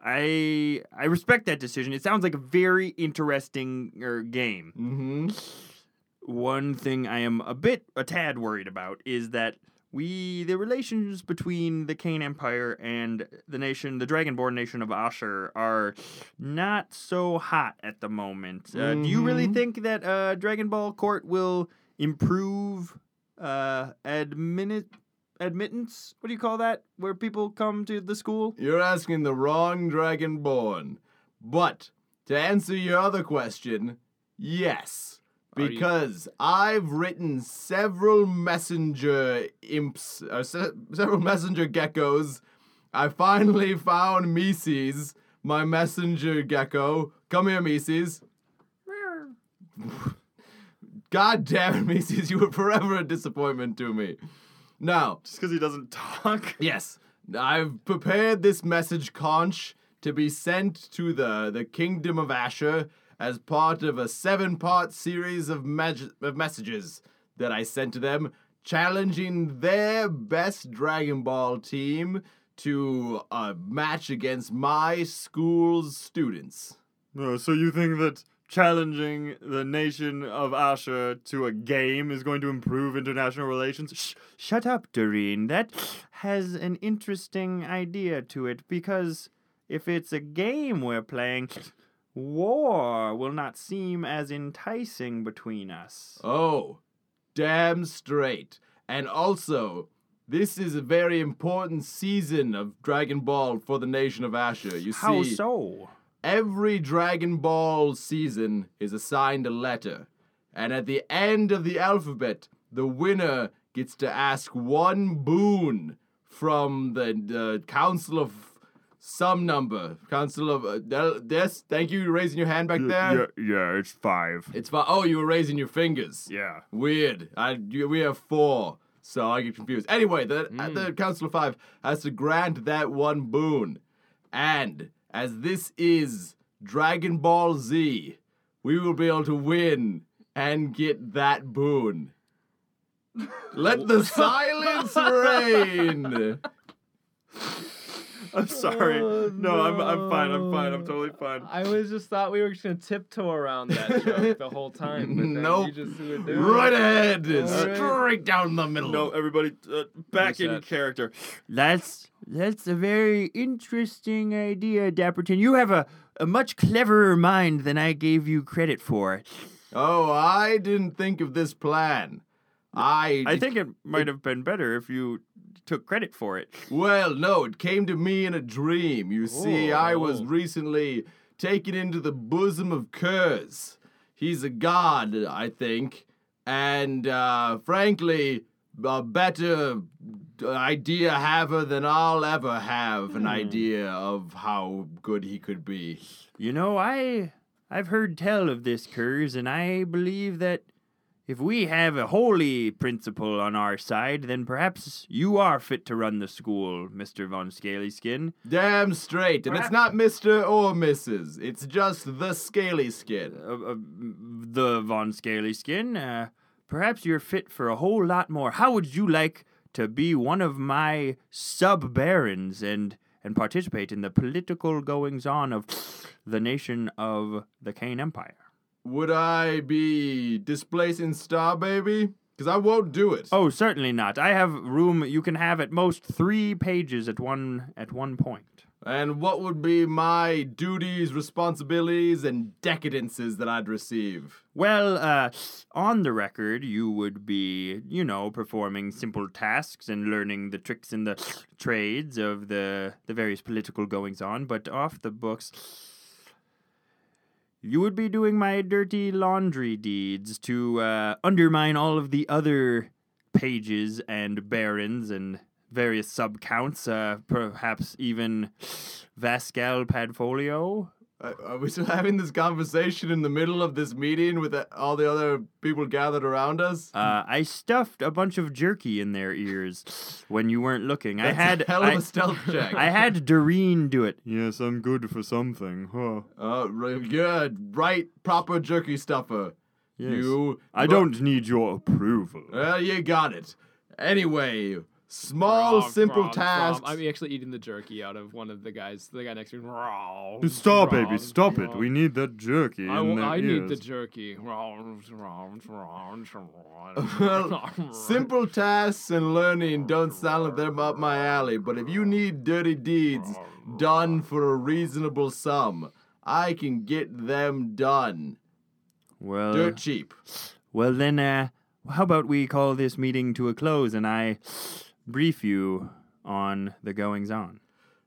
Speaker 1: I I respect that decision. It sounds like a very interesting er, game.
Speaker 14: Mm-hmm.
Speaker 1: One thing I am a bit a tad worried about is that we the relations between the Kane Empire and the nation, the Dragonborn nation of Asher, are not so hot at the moment. Uh, do you really
Speaker 14: Mhm.
Speaker 1: think that uh, Dragon Ball Court will improve uh, admini- admittance? What do you call that? Where people come to the school?
Speaker 14: You're asking the wrong Dragonborn. But to answer your other question, yes.
Speaker 6: Are you-
Speaker 14: Because I've written several messenger imps, or se- several messenger geckos. I finally found Mises, my messenger gecko. Come here, Mises. God damn it, Mises, you were forever a disappointment to me. Now,
Speaker 1: Just because he doesn't talk.
Speaker 14: Yes. I've prepared this message conch to be sent to the, the Kingdom of Asher as part of a seven part series of, mag- of messages that I sent to them challenging their best Dragon Ball team to a match against my school's students.
Speaker 1: Oh, so you think that challenging the nation of Asher to a game is going to improve international relations? Shh, shut up, Doreen. That has an interesting idea to it because if it's a game we're playing, war will not seem as enticing between us.
Speaker 14: Oh, damn straight. And also, this is a very important season of Dragon Ball for the nation of Asher. You see,
Speaker 1: How so?
Speaker 14: every Dragon Ball season is assigned a letter. And at the end of the alphabet, the winner gets to ask one boon from the, the Council of some number. Council of. Uh, del- yes, thank you. You're raising your hand back there.
Speaker 1: Yeah, yeah, it's five.
Speaker 14: It's fi- Oh, you were raising your fingers.
Speaker 1: Yeah.
Speaker 14: Weird. I you, we have four, so I get confused. Anyway, the uh, the Council of Five has to grant that one boon, and as this is Dragon Ball Z, we will be able to win and get that boon. Let the silence reign.
Speaker 1: I'm sorry. no, I'm, I'm fine. I'm fine. I'm totally fine.
Speaker 6: I was just thought we were just gonna tiptoe around that joke the whole time. But then
Speaker 14: Nope.
Speaker 6: You just would do it.
Speaker 14: Right ahead,
Speaker 6: Alright.
Speaker 14: straight down the middle.
Speaker 1: No, everybody, uh, back in character. That's that's a very interesting idea, Dapperton. You have a, a much cleverer mind than I gave you credit for.
Speaker 14: Oh, I didn't think of this plan. I
Speaker 1: I think it might have been better if you took credit for it.
Speaker 14: Well, no, it came to me in a dream. You see, I was
Speaker 1: Oh.
Speaker 14: recently taken into the bosom of Kurz. He's a god, I think, and uh, frankly, a better idea haver than I'll ever have an idea of how good he could be.
Speaker 1: You know, I I've heard tell of this curse, and I believe that if we have a holy principle on our side, then perhaps you are fit to run the school, Mister von Scalyskin.
Speaker 14: Damn straight, and it's not Mister or Mrs. It's just the scaly skin.
Speaker 1: uh, uh, the Von Scalyskin. Uh, perhaps you're fit for a whole lot more. How would you like to be one of my sub barons and and participate in the political goings on of the nation of the Kane Empire?
Speaker 14: Would I be displacing Star Baby? Because I won't do it.
Speaker 1: Oh, certainly not. I have room. You can have at most three pages at one at one point.
Speaker 14: And what would be my duties, responsibilities, and decadences that I'd receive?
Speaker 1: Well, uh, on the record, you would be, you know, performing simple tasks and learning the tricks and the trades of the the various political goings on. But off the books, you would be doing my dirty laundry deeds to uh, undermine all of the other pages and barons and various sub counts. Uh, perhaps even Vascal Padfolio.
Speaker 14: Uh, Are we still having this conversation in the middle of this meeting with uh, all the other people gathered around us?
Speaker 1: Uh, I stuffed a bunch of jerky in their ears when you weren't looking. I
Speaker 14: That's a
Speaker 1: had
Speaker 14: hell of
Speaker 1: I,
Speaker 14: a stealth check.
Speaker 1: I had Doreen do it. Yes, I'm good for something, huh?
Speaker 14: Uh, re- good, right, proper jerky stuffer.
Speaker 1: Yes.
Speaker 14: You.
Speaker 1: I don't need your approval.
Speaker 14: Well, you got it. Anyway, small,
Speaker 6: Rom,
Speaker 14: Oh, simple
Speaker 6: rom,
Speaker 14: tasks.
Speaker 6: rom. I'm actually eating the jerky out of one of the guys, the guy next to me. Rom,
Speaker 1: Stop,
Speaker 6: rom,
Speaker 1: baby, stop it.
Speaker 6: rom.
Speaker 1: We need that jerky
Speaker 6: I,
Speaker 1: in
Speaker 6: w-
Speaker 1: their
Speaker 6: I need
Speaker 1: ears.
Speaker 6: the jerky. Rom, rom, rom,
Speaker 14: Well,
Speaker 6: rom.
Speaker 14: simple tasks and learning don't sound like they're up my alley, but if you need dirty deeds done for a reasonable sum, I can get them done.
Speaker 1: well,
Speaker 14: Dirt cheap.
Speaker 1: well then, uh, how about we call this meeting to a close and I brief you on the goings on.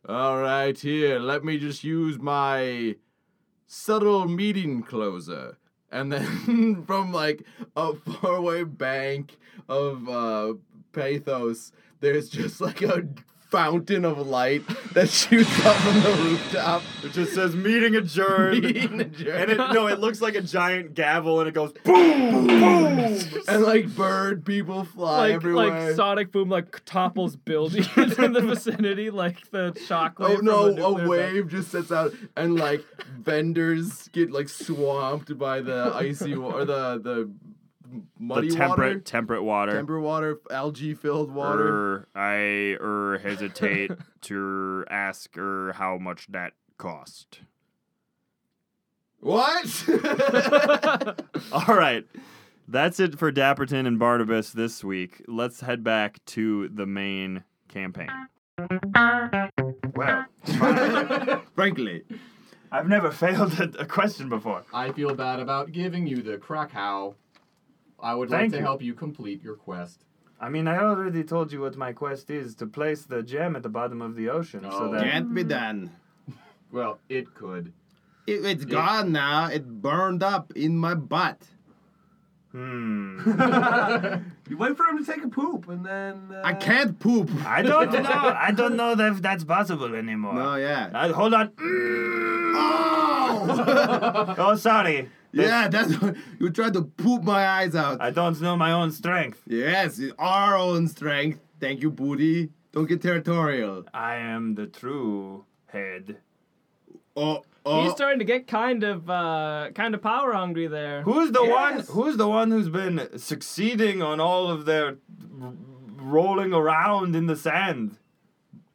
Speaker 14: All right, here, let me just use my subtle meeting closer. And then from like a faraway bank of uh, pathos, there's just like a fountain of light that shoots up from the rooftop.
Speaker 1: It just says meeting adjourned.
Speaker 14: Meeting adjourned.
Speaker 1: And it no, it looks like a giant gavel, and it goes boom, boom.
Speaker 14: and like bird people fly
Speaker 6: like,
Speaker 14: everywhere.
Speaker 6: like sonic boom like topples buildings in the vicinity like the
Speaker 14: oh
Speaker 6: shockwave
Speaker 14: no,
Speaker 6: from the nuclear
Speaker 14: a
Speaker 6: bomb.
Speaker 14: wave just sets out and like vendors get like swamped by the icy wa- or the the muddy
Speaker 17: the temperate
Speaker 14: water,
Speaker 17: temperate water.
Speaker 14: temper water, algae filled water.
Speaker 17: Er, I er hesitate to ask her how much that cost.
Speaker 14: What?
Speaker 17: All right. That's it for Dapperton and Barnabas this week. Let's head back to the main campaign.
Speaker 1: Well,
Speaker 14: frankly,
Speaker 1: I've never failed a, a question before.
Speaker 2: I feel bad about giving you the crack how. I would like
Speaker 1: Thank
Speaker 2: to
Speaker 1: you.
Speaker 2: help you complete your quest.
Speaker 1: I mean, I already told you what my quest is to place the gem at the bottom of the ocean so
Speaker 2: Oh.
Speaker 1: that.
Speaker 14: Can't be done.
Speaker 2: Well, it could.
Speaker 14: It, it's gone now. It burned up in my butt.
Speaker 1: Hmm.
Speaker 3: You wait for him to take a poop and then. Uh,
Speaker 14: I can't poop.
Speaker 1: I don't know. I don't know if that's possible anymore.
Speaker 14: No, Oh, yeah.
Speaker 1: Uh, hold on. oh, sorry.
Speaker 14: Yeah, that's you tried to poop my eyes out.
Speaker 1: I don't know my own strength.
Speaker 14: Yes, it's our own strength. Thank you, Booty. Don't get territorial.
Speaker 1: I am the true head.
Speaker 14: Oh,
Speaker 6: He's
Speaker 14: oh.
Speaker 6: starting to get kind of uh, kind of power hungry there.
Speaker 1: Who's the
Speaker 3: Yes.
Speaker 1: one? Who's the one who's been succeeding on all of their r- rolling around in the sand?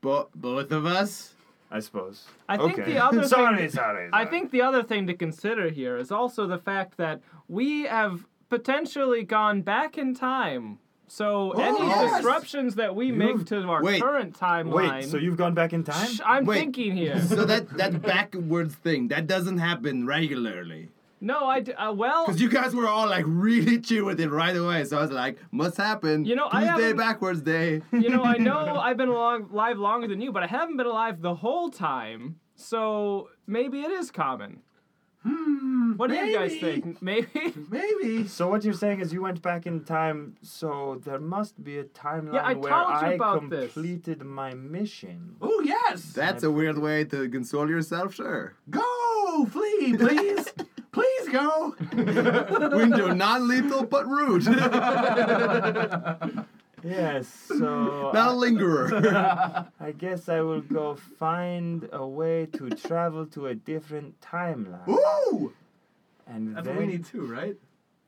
Speaker 14: Bo- both of us?
Speaker 1: I suppose.
Speaker 6: I think
Speaker 1: okay.
Speaker 6: the other thing-
Speaker 1: sorry, sorry,
Speaker 6: I
Speaker 1: sorry.
Speaker 6: think the other thing to consider here is also the fact that we have potentially gone back in time. So any
Speaker 14: Oh, yes.
Speaker 6: disruptions that we make to our
Speaker 14: Wait.
Speaker 6: current
Speaker 1: Wait,
Speaker 6: timeline.
Speaker 1: so you've gone back in time?
Speaker 6: Shh, I'm
Speaker 14: Wait.
Speaker 6: thinking here.
Speaker 14: So that that backwards thing that doesn't happen regularly.
Speaker 6: No, I d- uh, well.
Speaker 14: Cause you guys were all like really chill with it right away, so I was like, must happen.
Speaker 6: You know, I
Speaker 14: Tuesday
Speaker 6: haven't-
Speaker 14: backwards day.
Speaker 6: You know, I know I've been along, alive longer than you, but I haven't been alive the whole time. So maybe it is common. Hmm, what do you guys think? Maybe.
Speaker 3: Maybe.
Speaker 1: So what you're saying is you went back in time, so there must be a timeline
Speaker 6: I
Speaker 1: where
Speaker 6: told you
Speaker 1: I
Speaker 6: about this.
Speaker 1: completed my mission.
Speaker 3: Oh yes.
Speaker 14: That's a weird way to console yourself, sure.
Speaker 3: Go, flee, please. please go.
Speaker 14: Window non-lethal but rude.
Speaker 1: Yes, so
Speaker 14: Not a lingerer.
Speaker 1: I guess I will go find a way to travel to a different timeline.
Speaker 3: Ooh.
Speaker 1: And
Speaker 3: That's
Speaker 1: then,
Speaker 3: what we need too, right?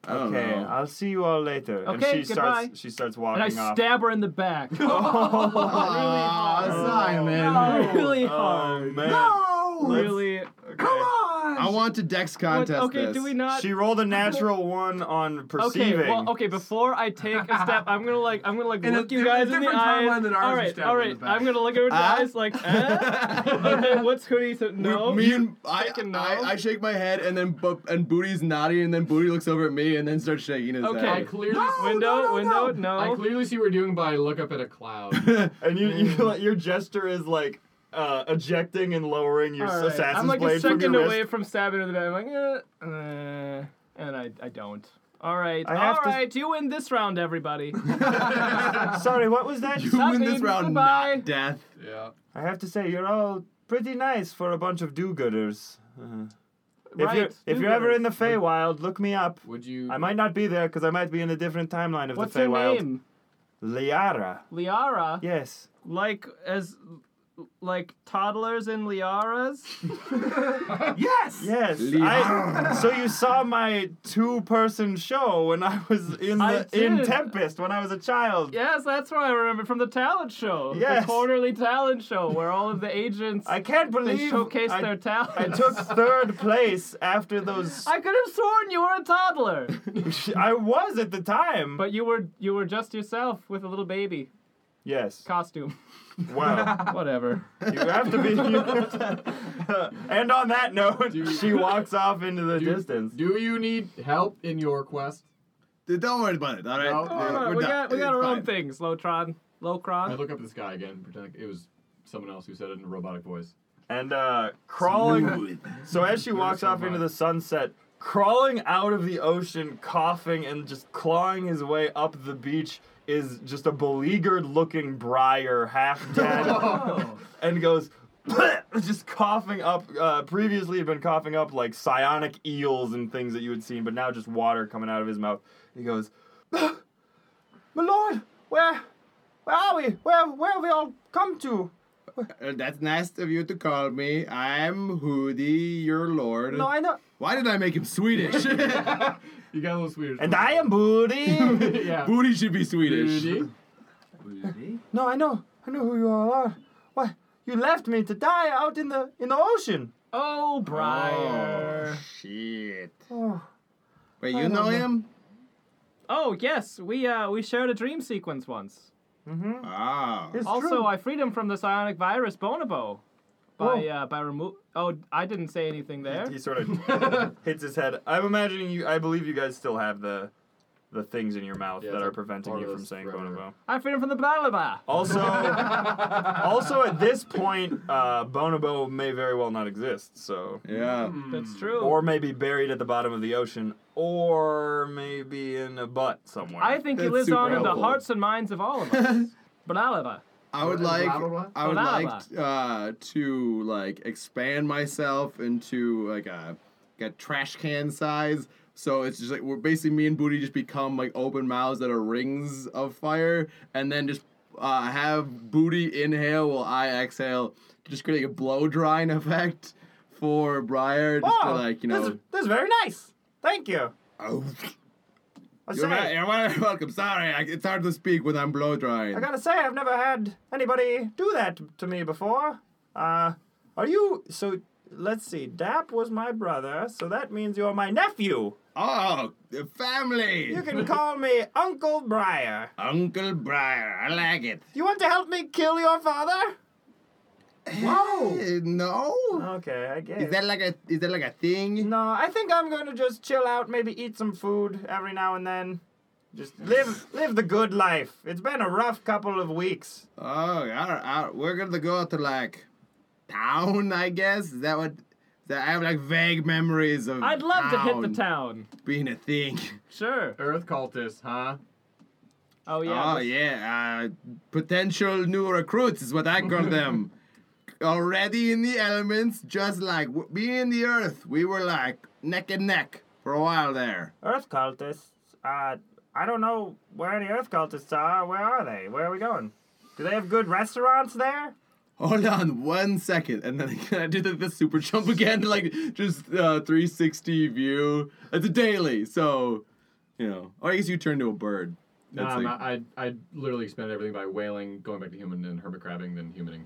Speaker 14: I don't
Speaker 1: okay,
Speaker 14: know.
Speaker 1: I'll see you all later. and
Speaker 6: Okay,
Speaker 1: she
Speaker 6: goodbye.
Speaker 1: starts she starts walking
Speaker 6: And I
Speaker 1: off.
Speaker 6: stab her in the back.
Speaker 14: Aw, Simon.
Speaker 6: No, really hard.
Speaker 1: oh man.
Speaker 3: No.
Speaker 6: Really.
Speaker 3: Come on.
Speaker 14: I want to Dex
Speaker 6: What-
Speaker 14: contest
Speaker 6: okay,
Speaker 14: this.
Speaker 6: do we not?
Speaker 1: She rolled a natural one on
Speaker 6: Okay,
Speaker 1: perceiving.
Speaker 6: well, okay. Before I take a step, I'm gonna like, I'm gonna like
Speaker 3: In a
Speaker 6: look you
Speaker 3: diff-
Speaker 6: guys in the
Speaker 3: different timeline
Speaker 6: eyes.
Speaker 3: than ours,
Speaker 6: all
Speaker 3: you
Speaker 6: right,
Speaker 3: stab
Speaker 6: all
Speaker 3: her in
Speaker 6: right.
Speaker 3: the back.
Speaker 6: I'm gonna look her in the
Speaker 14: Huh?
Speaker 6: eyes like, eh? okay, what's Hoodie? So, no,
Speaker 14: Me and I,
Speaker 6: Taking no.
Speaker 14: I, I shake my head and then bu- and Booty's nodding and then Booty looks over at me and then starts shaking his
Speaker 6: Okay.
Speaker 2: I
Speaker 14: head.
Speaker 2: clearly,
Speaker 6: window,
Speaker 3: Oh, no,
Speaker 6: window,
Speaker 3: no.
Speaker 6: no.
Speaker 2: I clearly see what you're doing by look up at a cloud.
Speaker 1: and you,
Speaker 14: Mm.
Speaker 1: you your gesture is like uh, ejecting and lowering your
Speaker 6: All right,
Speaker 1: assassin's
Speaker 6: I'm like
Speaker 1: blade
Speaker 6: a
Speaker 1: from
Speaker 6: second
Speaker 1: your
Speaker 6: away
Speaker 1: wrist.
Speaker 6: from stabbing her in the back. I'm like, eh, uh, and I, I don't. All right, all
Speaker 1: I
Speaker 6: right.
Speaker 1: have to-
Speaker 6: you win this round, everybody.
Speaker 1: Sorry, what was that?
Speaker 14: You
Speaker 6: Not
Speaker 14: win this
Speaker 6: me,
Speaker 14: round,
Speaker 6: goodbye.
Speaker 14: not death.
Speaker 2: yeah.
Speaker 1: I have to say, you're all pretty nice for a bunch of do-gooders. Uh, if
Speaker 6: Right,
Speaker 1: you're if you're ever
Speaker 6: do-gooders.
Speaker 1: in the Feywild, look me up.
Speaker 2: Would you?
Speaker 1: I might not be there because I might be in a different timeline of
Speaker 6: What's
Speaker 1: the
Speaker 6: her
Speaker 1: Feywild.
Speaker 6: name?
Speaker 1: Liara.
Speaker 6: Liara.
Speaker 1: Yes.
Speaker 6: Like as, like toddlers and liaras.
Speaker 3: Yes.
Speaker 1: Yes. I, so you saw my two-person show when I was in
Speaker 6: I
Speaker 1: the in
Speaker 6: did.
Speaker 1: Tempest when I was a child.
Speaker 6: Yes, that's what I remember from the talent show.
Speaker 1: Yes.
Speaker 6: The quarterly talent show where all of the agents
Speaker 1: I can't
Speaker 6: they
Speaker 1: believe
Speaker 6: showcase
Speaker 1: I,
Speaker 6: their
Speaker 1: I
Speaker 6: talent.
Speaker 1: took third place after those.
Speaker 6: I could have sworn you were a toddler,
Speaker 1: I was at the time.
Speaker 6: but you were you were just yourself with a little baby
Speaker 1: yes.
Speaker 6: costume.
Speaker 1: Wow.
Speaker 6: Whatever.
Speaker 1: you have to be. You have to- and on that note, she walks off into the
Speaker 2: Do-
Speaker 1: distance.
Speaker 2: Do you need help in your quest?
Speaker 14: Dude, Don't worry about it. All right.
Speaker 2: No.
Speaker 14: Yeah,
Speaker 6: All right,
Speaker 14: we're
Speaker 6: we
Speaker 14: done.
Speaker 6: got we got
Speaker 14: It's
Speaker 6: our
Speaker 14: fine.
Speaker 6: own things. Lotron,
Speaker 2: I
Speaker 6: Locron.
Speaker 2: look up at the sky again. and Pretend like it was someone else who said it in a robotic voice.
Speaker 1: and uh, crawling. So as she walks off into the sunset, crawling out of the ocean, coughing and just clawing his way up the beach is just a beleaguered-looking Briar, half dead, and goes. Just coughing up. Uh, previously, had been coughing up like psionic eels and things that you had seen, but now just water coming out of his mouth. He goes, "My lord, where, where are we? Where, where have we all come to?
Speaker 14: Uh, That's nice of you to call me. I'm Hoodie, your lord.
Speaker 1: No, I know.
Speaker 14: Why did I make him Swedish?
Speaker 2: You got a little Swedish.
Speaker 1: And I am Booty.
Speaker 2: yeah.
Speaker 14: Booty should be Swedish.
Speaker 2: Booty.
Speaker 1: no, I know. I know who you all are. Why? You left me to die out in the in the ocean.
Speaker 6: Oh, Briar.
Speaker 18: Shit.
Speaker 1: Oh.
Speaker 18: Wait, you know him?
Speaker 6: Oh yes, we uh we shared a dream sequence once.
Speaker 1: Mm-hmm.
Speaker 18: Ah.
Speaker 1: It's
Speaker 6: also,
Speaker 1: true.
Speaker 6: I freed him from the psionic virus Bonobo by
Speaker 1: Whoa.
Speaker 6: uh by remove. Oh, I didn't say anything there.
Speaker 1: He sort of hits his head. I'm imagining you. I believe you guys still have the the things in your mouth
Speaker 2: Yeah,
Speaker 1: that
Speaker 2: it's
Speaker 1: are
Speaker 2: like
Speaker 1: preventing
Speaker 2: part
Speaker 1: you
Speaker 2: of
Speaker 1: from
Speaker 2: this
Speaker 1: saying
Speaker 2: forever.
Speaker 1: bonobo.
Speaker 6: I freed him from the Balaba.
Speaker 1: Also, also at this point, uh, bonobo may very well not exist. So,
Speaker 14: Yeah.
Speaker 6: That's true.
Speaker 1: or maybe buried at the bottom of the ocean, or maybe in a butt somewhere.
Speaker 6: I think he
Speaker 14: That's
Speaker 6: lives
Speaker 14: super
Speaker 6: on in the
Speaker 14: helpful.
Speaker 6: hearts and minds of all of us. Balaba.
Speaker 14: I would
Speaker 2: Blah,
Speaker 14: like
Speaker 2: blah, blah, blah.
Speaker 14: I would
Speaker 6: Blah, blah,
Speaker 14: like uh, to like expand myself into like a like a trash can size. So it's just like we're basically me and Booty just become like open mouths that are rings of fire, and then just uh, have Booty inhale while I exhale, just creating a blow drying effect for Briar, just to
Speaker 1: Oh,
Speaker 14: like you
Speaker 1: this is,
Speaker 14: know.
Speaker 1: this is very nice. Thank you.
Speaker 14: Oh,
Speaker 1: I
Speaker 14: you're,
Speaker 1: say,
Speaker 14: right, you're right, welcome. Sorry, I, it's hard to speak when I'm blow drying.
Speaker 1: I gotta say, I've never had anybody do that to me before. Uh, are you so? Let's see. Dap was my brother, so that means you're my nephew.
Speaker 14: Oh, the family.
Speaker 1: You can call me Uncle Briar.
Speaker 14: Uncle Briar, I like it.
Speaker 1: You want to help me kill your father? Oh.
Speaker 14: Whoa! Eh, no.
Speaker 1: Okay, I guess.
Speaker 14: Is that like a is that like a thing?
Speaker 1: No, I think I'm going to just chill out, maybe eat some food every now and then. Just live live the good life. It's been a rough couple of weeks.
Speaker 14: Oh, all right, all right, we're gonna go to like town, I guess. Is that what? That I have like vague memories of.
Speaker 6: I'd love to hit the
Speaker 14: town
Speaker 6: town.
Speaker 14: Being a thing.
Speaker 6: Sure.
Speaker 2: Earth cultist, huh?
Speaker 6: Oh yeah.
Speaker 14: oh
Speaker 6: this-
Speaker 14: yeah, uh, potential new recruits is what I call them. Already in the elements, just like w- being in the earth, we were like neck and neck for a while there.
Speaker 1: Earth cultists. Uh, I don't know where any Earth cultists are. Where are they? Where are we going? Do they have good restaurants there?
Speaker 14: Hold on one second, and then I did the, the super jump again, like just uh, 360 view. It's a daily, so you know. Or I guess you turn to a bird.
Speaker 2: No,
Speaker 14: That's
Speaker 2: I'm
Speaker 14: like-
Speaker 2: not- I I literally expanded everything by whaling, going back to human, and hermit crabbing, then humaning.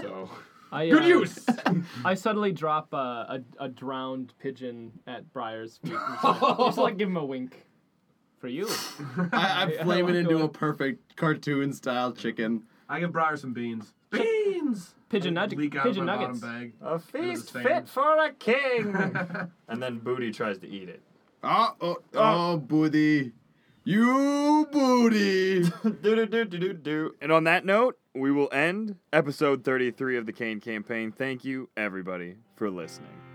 Speaker 2: so
Speaker 6: I,
Speaker 2: good
Speaker 6: uh,
Speaker 2: use.
Speaker 6: I suddenly drop uh, a a drowned pigeon at Briar's feet. and Just like, just like give him a wink. For you.
Speaker 14: I, I
Speaker 6: I
Speaker 14: flame
Speaker 6: like
Speaker 14: it into a
Speaker 6: going-
Speaker 14: perfect cartoon style chicken.
Speaker 3: I give Briar some beans. Beans.
Speaker 6: Pigeon
Speaker 3: Like,
Speaker 6: nugget-
Speaker 3: Leak out
Speaker 6: pigeon
Speaker 3: of my
Speaker 6: nuggets.
Speaker 3: bottom
Speaker 1: A feast
Speaker 3: thing.
Speaker 1: fit for a king.
Speaker 3: bag.
Speaker 1: and then Booty tries to eat it.
Speaker 14: Oh, oh, oh, booty, you booty.
Speaker 19: do do do do do do. And on that note, we will end episode 33 of the Kane Campaign. Thank you, everybody, for listening.